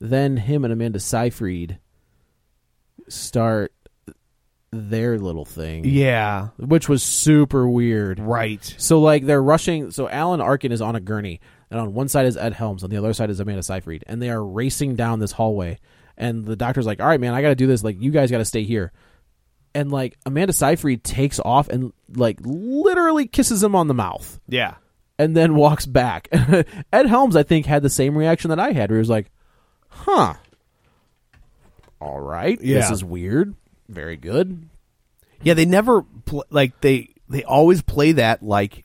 Speaker 3: then him and amanda seyfried start their little thing
Speaker 2: Yeah.
Speaker 3: which was super weird.
Speaker 2: Right.
Speaker 3: So like they're rushing. So Alan Arkin is on a gurney, and on one side is Ed Helms, on the other side is Amanda Seyfried, and they are racing down this hallway. And the doctor's like, "All right, man, I got to do this. Like, you guys got to stay here." And like Amanda Seyfried takes off and like literally kisses him on the mouth,
Speaker 2: Yeah.
Speaker 3: and then walks back. Ed Helms, I think, had the same reaction that I had, where he was like, "Huh, all right, this
Speaker 2: Yeah.
Speaker 3: is weird, very good."
Speaker 2: Yeah. They never pl- like they they always play that like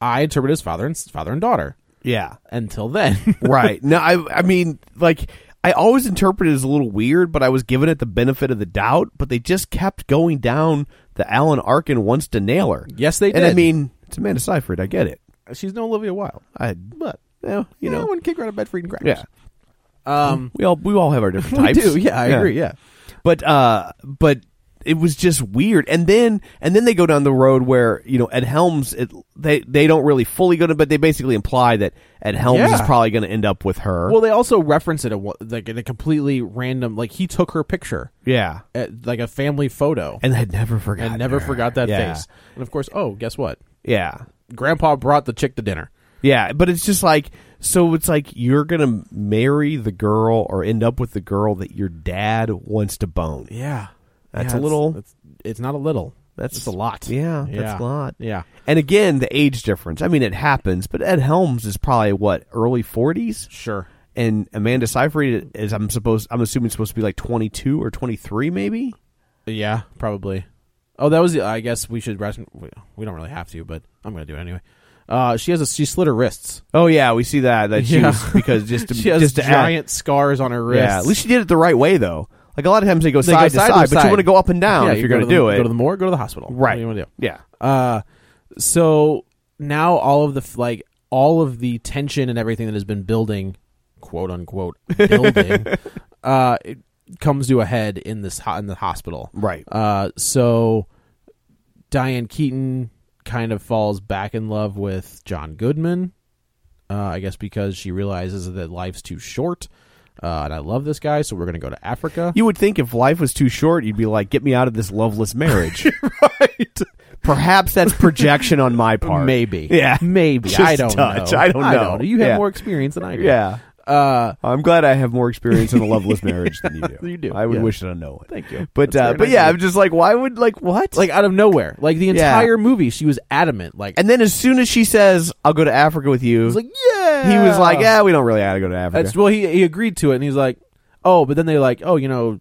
Speaker 3: I interpret it as father and father and daughter.
Speaker 2: yeah
Speaker 3: until then.
Speaker 2: right. No, I I mean like I always interpreted it as a little weird, but I was given it the benefit of the doubt. But they just kept going down the Alan Arkin wants to nail her.
Speaker 3: Yes, they
Speaker 2: And I
Speaker 3: did.
Speaker 2: mean it's Amanda Seyfried. I get it.
Speaker 3: She's no Olivia Wilde.
Speaker 2: I but yeah, you know
Speaker 3: kick her out of bed for eating crackers.
Speaker 2: yeah.
Speaker 3: Um,
Speaker 2: We all we all have our different
Speaker 3: we
Speaker 2: types.
Speaker 3: do. Yeah, I agree. Yeah.
Speaker 2: but uh but it was just weird and then and then they go down the road where you know ed helms it, they they don't really fully go to but they basically imply that ed helms is
Speaker 3: Yeah.
Speaker 2: probably going to end up with her
Speaker 3: Well, they also reference it at, one- like in a completely random. Like he took her picture,
Speaker 2: yeah
Speaker 3: at, like a family photo,
Speaker 2: and i never forgot
Speaker 3: and never forgot that
Speaker 2: yeah.
Speaker 3: face. And of course, oh, guess what?
Speaker 2: yeah
Speaker 3: Grandpa brought the chick to dinner.
Speaker 2: yeah but it's just like so it's like you're going to marry the girl or end up with the girl that your dad wants to bone
Speaker 3: Yeah,
Speaker 2: That's a little-
Speaker 3: It's, it's not a little.
Speaker 2: That's-
Speaker 3: it's a lot.
Speaker 2: yeah, that's a lot.
Speaker 3: Yeah.
Speaker 2: and again the age difference i mean it happens but ed helms is probably what early 40s
Speaker 3: Sure.
Speaker 2: and Amanda Seyfried is I'm supposed I'm assuming supposed to be like 22 or 23 maybe.
Speaker 3: Yeah, probably. Oh, that was. I guess we should. rest- We we don't really have to, but I'm gonna do it anyway. Uh, she has a. She slit her wrists.
Speaker 2: Oh yeah, we see that that she
Speaker 3: Yeah.
Speaker 2: was because just to,
Speaker 3: She has
Speaker 2: just to add-
Speaker 3: giant scars on her wrists.
Speaker 2: yeah, at least she did it the right way though. Like a lot of times they go
Speaker 3: They go
Speaker 2: side to side, but you want to go up and down
Speaker 3: Yeah,
Speaker 2: if
Speaker 3: you
Speaker 2: you're
Speaker 3: go
Speaker 2: going
Speaker 3: to
Speaker 2: do
Speaker 3: the-
Speaker 2: it.
Speaker 3: Go to the morgue, go to the hospital. What
Speaker 2: right.
Speaker 3: do you wanna do?
Speaker 2: Yeah.
Speaker 3: Uh, so now all of the f- like all of the tension and everything that has been building, quote unquote, building, uh, it comes to a head in this ho- in the hospital.
Speaker 2: Right.
Speaker 3: Uh, so Diane Keaton kind of falls back in love with John Goodman. Uh, I guess because she realizes that life's too short. Uh, and I love this guy, so we're going to go to Africa.
Speaker 2: You would think if life was too short, you'd be like, "Get me out of this loveless marriage." right. Perhaps that's projection on my part.
Speaker 3: Maybe.
Speaker 2: Yeah.
Speaker 3: Maybe.
Speaker 2: Just
Speaker 3: I don't
Speaker 2: touch.
Speaker 3: know.
Speaker 2: I don't know.
Speaker 3: You have
Speaker 2: Yeah.
Speaker 3: more experience than I do.
Speaker 2: Yeah.
Speaker 3: Uh,
Speaker 2: I'm glad I have more experience in a loveless marriage than you do.
Speaker 3: You do,
Speaker 2: I would
Speaker 3: yeah.
Speaker 2: wish to know it.
Speaker 3: Thank you.
Speaker 2: But
Speaker 3: That's
Speaker 2: uh,
Speaker 3: very
Speaker 2: but
Speaker 3: nice
Speaker 2: yeah,
Speaker 3: of you.
Speaker 2: I'm just like, why would like what?
Speaker 3: like out of nowhere. Like the
Speaker 2: Yeah.
Speaker 3: entire movie, she was adamant. Like,
Speaker 2: And then as soon as she says, "I'll go to Africa with you,"
Speaker 3: I was like, yeah.
Speaker 2: he was like, "Yeah, we don't really have to go to Africa."
Speaker 3: That's, well, he, he agreed to it, and he's like, oh, but then they're like, oh, you know,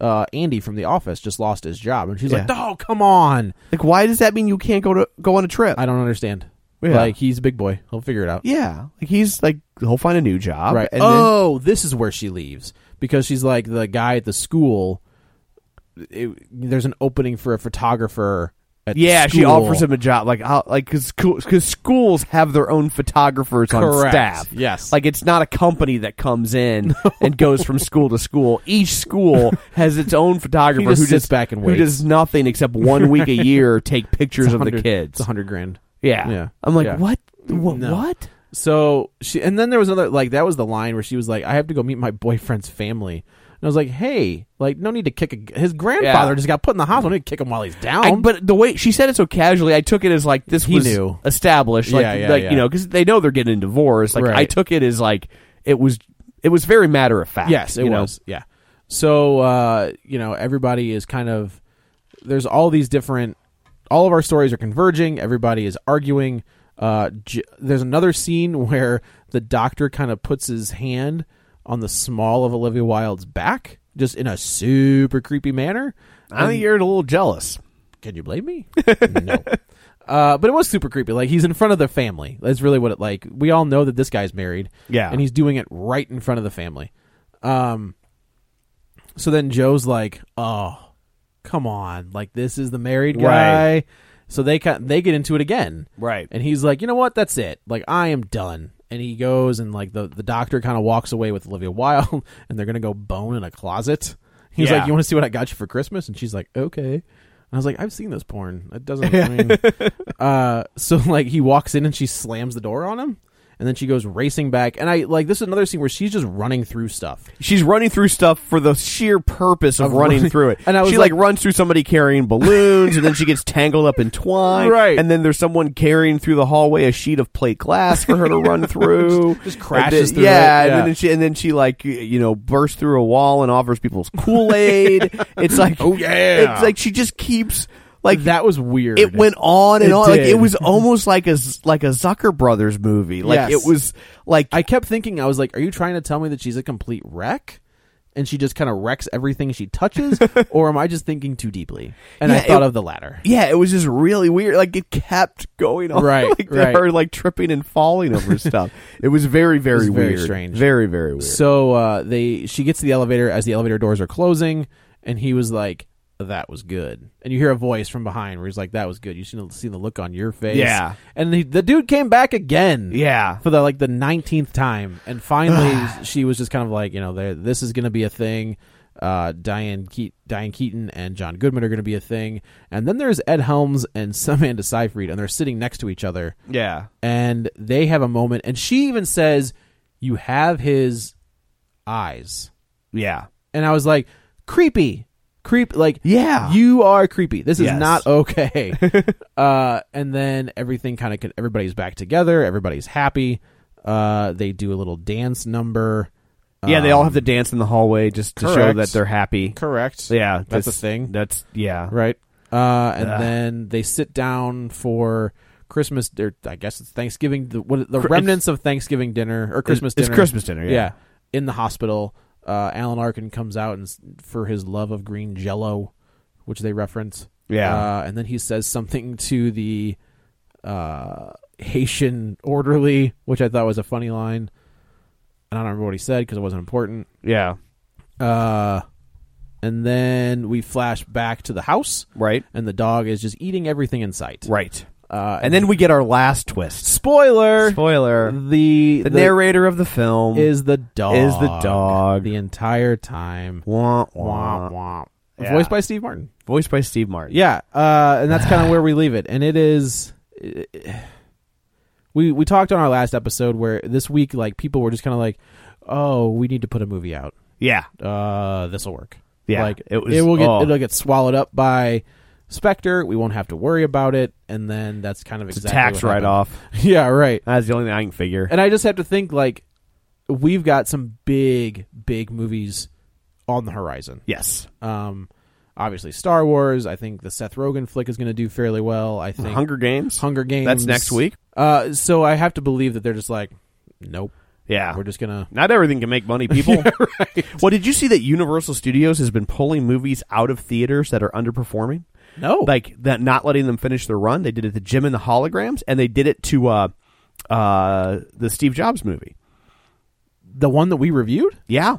Speaker 3: uh, Andy from The Office just lost his job. And she's like,
Speaker 2: Yeah.
Speaker 3: oh, come on.
Speaker 2: like, why does that mean you can't go to go on a trip?
Speaker 3: I don't understand.
Speaker 2: Yeah.
Speaker 3: Like he's a big boy. He'll figure it out.
Speaker 2: yeah, like he's like he'll find a new job.
Speaker 3: right.
Speaker 2: And then-
Speaker 3: oh, this is where she leaves because she's like the guy at the school. It, there's an opening for a photographer. At the
Speaker 2: yeah, she
Speaker 3: school.
Speaker 2: offers him a job. Like I'll, like because schools have their own photographers on
Speaker 3: Correct.
Speaker 2: staff.
Speaker 3: Yes.
Speaker 2: like it's not a company that comes in and goes from school to school. Each school has its own photographer
Speaker 3: just
Speaker 2: who
Speaker 3: sits
Speaker 2: does,
Speaker 3: back and
Speaker 2: who does
Speaker 3: waits.
Speaker 2: nothing except one week a year take pictures of the
Speaker 3: 100 It's
Speaker 2: kids.
Speaker 3: a hundred grand.
Speaker 2: Yeah.
Speaker 3: Yeah.
Speaker 2: I'm like,
Speaker 3: Yeah.
Speaker 2: what? What?
Speaker 3: No.
Speaker 2: What?
Speaker 3: So she, and then there was another like that was the line where she was like, "I have to go meet my boyfriend's family," and I was like, "Hey, like no need to kick a, his grandfather
Speaker 2: Yeah.
Speaker 3: just got put in the hospital. I need to kick him while he's down."
Speaker 2: I, but the way she said it so casually, I took it as like this
Speaker 3: He
Speaker 2: was
Speaker 3: knew.
Speaker 2: established. Like,
Speaker 3: Yeah, yeah,
Speaker 2: like
Speaker 3: yeah.
Speaker 2: you know, because they know they're getting divorced. Like I
Speaker 3: Right.
Speaker 2: took it as like it was. It was very matter of fact.
Speaker 3: yes, it
Speaker 2: you know?
Speaker 3: was. Yeah. So uh, you know, everybody is kind of there's all these different. All of our stories are converging. Everybody is arguing. Uh, j- there's another scene where the doctor kind of puts his hand on the small of Olivia Wilde's back, just in a super creepy manner.
Speaker 2: I think you're a little jealous.
Speaker 3: can you blame me? no. Uh, but it was super creepy. Like he's in front of the family. That's really what it like. We all know that this guy's married.
Speaker 2: Yeah.
Speaker 3: and he's doing it right in front of the family. Um. So then Joe's like, "Oh, come on! Like this is the married guy."
Speaker 2: Right.
Speaker 3: So they ca- they get into it again,
Speaker 2: Right.
Speaker 3: And he's like, "You know what? That's it. Like I am done." And he goes and like the the doctor kind of walks away with Olivia Wilde, and they're gonna go bone in a closet. He's
Speaker 2: Yeah.
Speaker 3: like, "You want to see what I got you for Christmas?" And she's like, "Okay." And I was like, "I've seen this porn. It doesn't." I mean, uh, so like he walks in and she slams the door on him, and then she goes racing back. And I like this is another scene where she's just running through stuff.
Speaker 2: She's running through stuff for the sheer purpose of,
Speaker 3: Of
Speaker 2: running,
Speaker 3: running-
Speaker 2: through it.
Speaker 3: And I was
Speaker 2: she like,
Speaker 3: like-
Speaker 2: runs through somebody carrying balloons, and then she gets tangled up in twine.
Speaker 3: Right.
Speaker 2: And then there's someone carrying through the hallway a sheet of plate glass for her to run through.
Speaker 3: Just- just
Speaker 2: And
Speaker 3: crashes
Speaker 2: then-
Speaker 3: through
Speaker 2: yeah,
Speaker 3: it,
Speaker 2: And
Speaker 3: yeah.
Speaker 2: then she and then she like y- you know bursts through a wall and offers people's Kool Aid. it's like
Speaker 3: Oh, yeah.
Speaker 2: It's like she just keeps like
Speaker 3: that was weird.
Speaker 2: it went on and
Speaker 3: It
Speaker 2: on. Like it
Speaker 3: did.
Speaker 2: was almost like a Z- like a Zucker Brothers movie. Like
Speaker 3: Yes.
Speaker 2: it was like
Speaker 3: I kept thinking, I was like, are you trying to tell me that she's a complete wreck? And she just kind of wrecks everything she touches? or am I just thinking too deeply? And I
Speaker 2: Yeah,
Speaker 3: thought
Speaker 2: it-
Speaker 3: of the latter.
Speaker 2: yeah, it was just really weird. Like it kept going on,
Speaker 3: Right,
Speaker 2: Like
Speaker 3: right.
Speaker 2: her like tripping and falling over stuff. It was very, very
Speaker 3: It was very
Speaker 2: weird,
Speaker 3: strange.
Speaker 2: very, very weird.
Speaker 3: So uh, they she gets to the elevator as the elevator doors are closing, and he was like, that was good. And you hear a voice from behind where he's like, that was good. You should have seen the look on your face.
Speaker 2: Yeah.
Speaker 3: And the, the dude came back again.
Speaker 2: yeah,
Speaker 3: for the like the nineteenth time, and finally she was just kind of like, you know, there- this is going to be a thing. Uh, Diane Keat- Diane Keaton and John Goodman are going to be a thing, and then there's Ed Helms and Samantha Seyfried, and they're sitting next to each other,
Speaker 2: yeah,
Speaker 3: and they have a moment, and she even says, "You have his eyes,"
Speaker 2: yeah,
Speaker 3: and I was like, "Creepy, creep, like
Speaker 2: Yeah.
Speaker 3: you are creepy. This is
Speaker 2: Yes.
Speaker 3: not okay." uh, and then everything kind of everybody's back together. Everybody's happy. Uh, they do a little dance number.
Speaker 2: yeah. They all
Speaker 3: Um,
Speaker 2: have to dance in the hallway just to show
Speaker 3: correct.
Speaker 2: that they're happy.
Speaker 3: correct.
Speaker 2: Yeah,
Speaker 3: that's a thing,
Speaker 2: That's yeah,
Speaker 3: right? Uh, and
Speaker 2: Ugh.
Speaker 3: then they sit down for Christmas. Or I guess it's Thanksgiving. The, what, the
Speaker 2: Cr-
Speaker 3: remnants of Thanksgiving dinner or Christmas
Speaker 2: It's
Speaker 3: dinner.
Speaker 2: Christmas dinner. Yeah,
Speaker 3: in the hospital. Uh, Alan Arkin comes out and s- for his love of green Jello, which they reference.
Speaker 2: Yeah.
Speaker 3: uh, and then he says something to the uh, Haitian orderly, which I thought was a funny line. And I don't remember what he said because it wasn't important.
Speaker 2: yeah.
Speaker 3: Uh, and then we flash back to the house,
Speaker 2: Right,
Speaker 3: and the dog is just eating everything in sight.
Speaker 2: right.
Speaker 3: Uh,
Speaker 2: And then we get our last twist.
Speaker 3: spoiler,
Speaker 2: Spoiler:
Speaker 3: the
Speaker 2: the, narrator of the film
Speaker 3: is the dog
Speaker 2: is the dog.
Speaker 3: the entire time.
Speaker 2: Wah, wah.
Speaker 3: Wah, wah.
Speaker 2: Yeah.
Speaker 3: Voiced by Steve Martin.
Speaker 2: voiced by Steve Martin.
Speaker 3: Yeah, uh, and that's kind of where we leave it. And it is, we we talked on our last episode where this week like people were just kind of like, oh, we need to put a movie out.
Speaker 2: yeah.
Speaker 3: Uh, this will work.
Speaker 2: Yeah,
Speaker 3: like
Speaker 2: it
Speaker 3: it,
Speaker 2: was-
Speaker 3: will get
Speaker 2: oh.
Speaker 3: it'll get swallowed up by Spectre. We won't have to worry about it, and then that's kind of
Speaker 2: It's
Speaker 3: exactly
Speaker 2: a tax
Speaker 3: what happened.
Speaker 2: write off.
Speaker 3: Yeah, right.
Speaker 2: That's the only thing I can figure.
Speaker 3: And I just have to think like we've got some big big movies on the horizon.
Speaker 2: yes,
Speaker 3: Um, obviously Star Wars. I think the Seth Rogen flick is going to do fairly well. I think
Speaker 2: Hunger Games.
Speaker 3: Hunger Games.
Speaker 2: That's next week.
Speaker 3: Uh, so I have to believe that they're just like, nope,
Speaker 2: Yeah,
Speaker 3: we're just gonna.
Speaker 2: Not everything can make money, people. Well, did you see that Universal Studios has been pulling movies out of theaters that are underperforming?
Speaker 3: No.
Speaker 2: like that not letting them finish their run. They did it to Jim and the Holograms, and they did it to uh, uh, the Steve Jobs movie.
Speaker 3: The one that we reviewed?
Speaker 2: Yeah.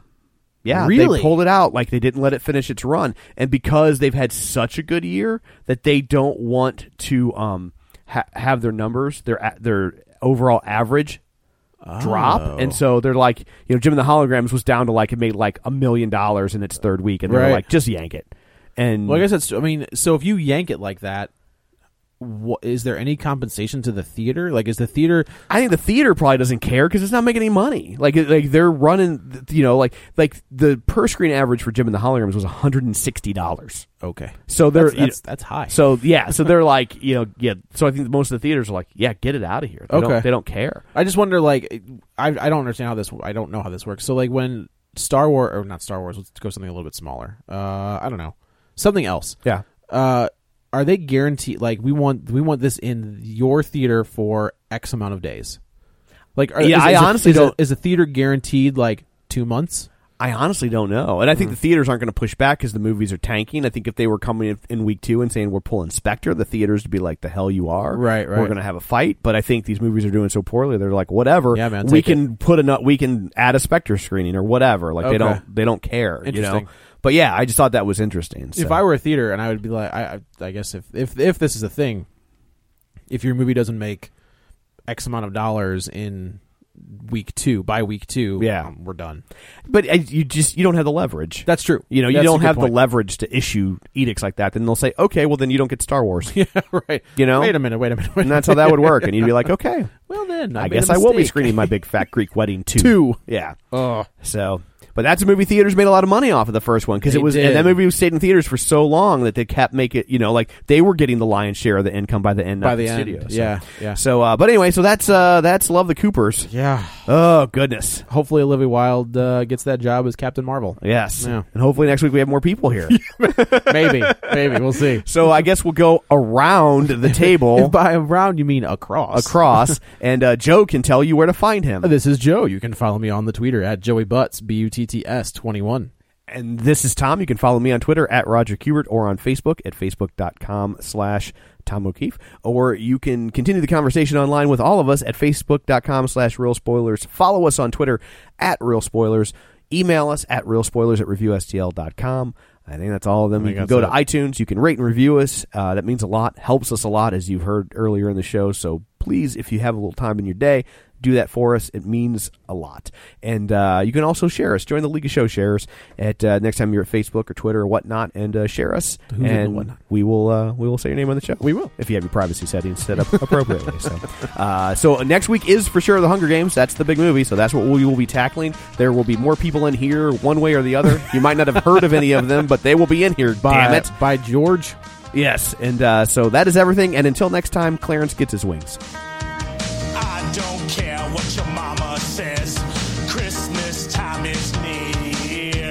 Speaker 2: Yeah,
Speaker 3: Really?
Speaker 2: they pulled it out like they didn't let it finish its run, and because they've had such a good year that they don't want to um, ha- have their numbers, their a- their overall average
Speaker 3: Oh.
Speaker 2: drop, and so they're like, you know, Jim and the Holograms was down to like it made like a million dollars in its third week, and they're
Speaker 3: Right.
Speaker 2: like, just yank it. And
Speaker 3: Well, I guess that's. I mean, so if you yank it like that, wha is there any compensation to the theater? Like, is the theater?
Speaker 2: I think the theater probably doesn't care because it's not making any money. Like like they're running, you know, like like the per screen average for Jim and the Holograms was one hundred and sixty dollars.
Speaker 3: Okay,
Speaker 2: So they're
Speaker 3: that's
Speaker 2: you know-
Speaker 3: that's, that's high.
Speaker 2: So yeah, so they're like you know yeah. So I think most of the theaters are like yeah, get it out of here. They
Speaker 3: Okay.
Speaker 2: don't, they don't care.
Speaker 3: I just wonder, like, I I don't understand how this. I don't know how this works. So, like, when Star Wars or not Star Wars, let's go something a little bit smaller. Uh, I don't know, something else.
Speaker 2: Yeah,
Speaker 3: Uh, are they guaranteed? Like, we want we want this in your theater for X amount of days. Like, are,
Speaker 2: Yeah,
Speaker 3: is,
Speaker 2: I
Speaker 3: is a-
Speaker 2: honestly
Speaker 3: is a-
Speaker 2: don't-
Speaker 3: is a theater guaranteed like two months?
Speaker 2: I honestly don't know, and I think
Speaker 3: Hmm.
Speaker 2: the theaters aren't going to push back because the movies are tanking. I think if they were coming in, in week two and saying we're pulling Spectre, the theaters would be like the hell you are.
Speaker 3: Right, right.
Speaker 2: We're going to have a fight, but I think these movies are doing so poorly. They're like whatever.
Speaker 3: Yeah, man,
Speaker 2: We
Speaker 3: take
Speaker 2: can put enough. We can add a Spectre screening or whatever. Like
Speaker 3: Okay.
Speaker 2: they don't. They don't care. You know.
Speaker 3: Interesting.
Speaker 2: But yeah, I just thought that was interesting.
Speaker 3: if
Speaker 2: so.
Speaker 3: I were a theater and I would be like, I, I I guess if, if if this is a thing, if your movie doesn't make X amount of dollars in week two, by week two,
Speaker 2: Yeah.
Speaker 3: um, we're done.
Speaker 2: but uh, you just you don't have the leverage.
Speaker 3: That's true.
Speaker 2: You know, you
Speaker 3: That's a
Speaker 2: don't
Speaker 3: good
Speaker 2: have
Speaker 3: point.
Speaker 2: the leverage to issue edicts like that. Then they'll say, okay, well, then you don't get Star Wars.
Speaker 3: yeah, right.
Speaker 2: You know?
Speaker 3: wait a minute, wait a minute.
Speaker 2: and that's how that would work. And you'd be like, okay,
Speaker 3: well then, I,
Speaker 2: I
Speaker 3: made a
Speaker 2: guess I will be
Speaker 3: mistake.
Speaker 2: screening my Big Fat Greek Wedding too.
Speaker 3: Two. Oh.
Speaker 2: Yeah. So, but that's a movie theaters made a lot of money off of the first one because it
Speaker 3: They
Speaker 2: was, and
Speaker 3: did.
Speaker 2: that movie stayed in theaters for so long that they kept make it. You know, like they were getting the lion's share of the income by the end
Speaker 3: by
Speaker 2: of
Speaker 3: the
Speaker 2: the,
Speaker 3: end.
Speaker 2: studio. so.
Speaker 3: Yeah, yeah,
Speaker 2: So, uh, but anyway, so that's uh, that's Love the Coopers.
Speaker 3: yeah.
Speaker 2: Oh goodness,
Speaker 3: Hopefully, Olivia Wilde uh, gets that job as Captain Marvel.
Speaker 2: yes,
Speaker 3: Yeah.
Speaker 2: and hopefully next week we have more people here.
Speaker 3: maybe, maybe we'll see.
Speaker 2: So I guess we'll go around the table.
Speaker 3: If by around, you mean across.
Speaker 2: across, and uh, Joe can tell you where to find him.
Speaker 3: This is Joe. You can follow me on the Twitter at Joey Butts B U T T S twenty one.
Speaker 2: And this is Tom. You can follow me on Twitter at Roger Kubert or on Facebook at facebook.com slash Tom O'Keefe. Or you can continue the conversation online with all of us at facebook.com slash real spoilers. Follow us on Twitter at real spoilers. Email us at real spoilers at reviewstl.com. I think that's all of them. You can go to iTunes. You can rate and review us. Uh, that means a lot. Helps us a lot, as you heard earlier in the show. So please, if you have a little time in your day, do that for us. It means a lot. And uh, you can also share us. Join the League of Show Sharers at uh, next time you're at Facebook or Twitter or whatnot, and uh, share us.
Speaker 3: Who's it and
Speaker 2: and
Speaker 3: whatnot?
Speaker 2: we will uh, we will say your name on the show.
Speaker 3: We will.
Speaker 2: if you have your privacy settings set up appropriately. So, uh, so next week is for sure the Hunger Games. That's the big movie. So that's what we will be tackling. There will be more people in here, one way or the other. You might not have heard of any of them, but they will be in here.
Speaker 3: By,
Speaker 2: damn it!
Speaker 3: By George.
Speaker 2: Yes, and uh, so that is everything. And until next time, Clarence gets his wings.
Speaker 4: I don't care what your mama says. Christmas time is near.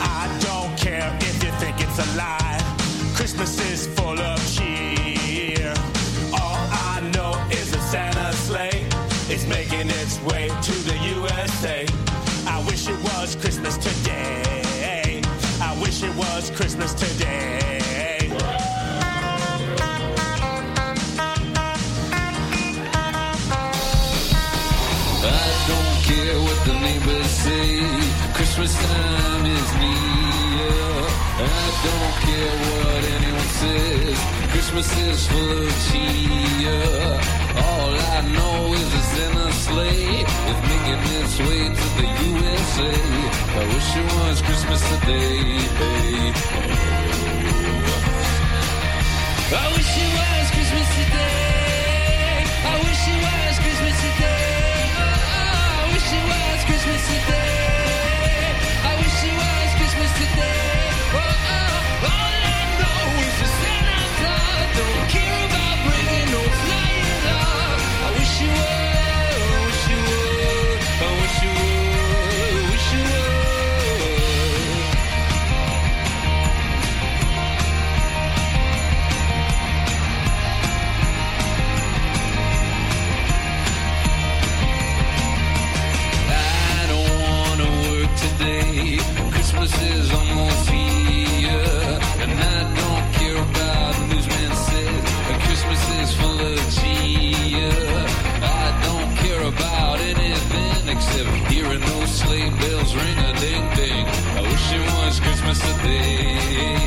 Speaker 4: I don't care if you think it's a lie. Christmas is full of cheer. All I know is that Santa's sleigh is making its way to the USA. I wish it was Christmas today. I wish it was Christmas today.
Speaker 5: I don't care what the neighbors say. Christmas time is near. I don't care what anyone says. Christmas is full of cheer. All I know is it's in a sleigh. It's making its way to the USA. I wish it was Christmas today, babe. I wish it was Christmas today. I wish it was Christmas today. I wish it was Christmas today. I wish it was Christmas today. Oh, oh. All I know is the Santa Claus don't care about bringing no flying love. I wish you would, I wish you would, I wish you would, I wish you would. I don't wanna work today. Christmas is almost here, and I don't care about bells ring a ding ding. I wish it was Christmas today.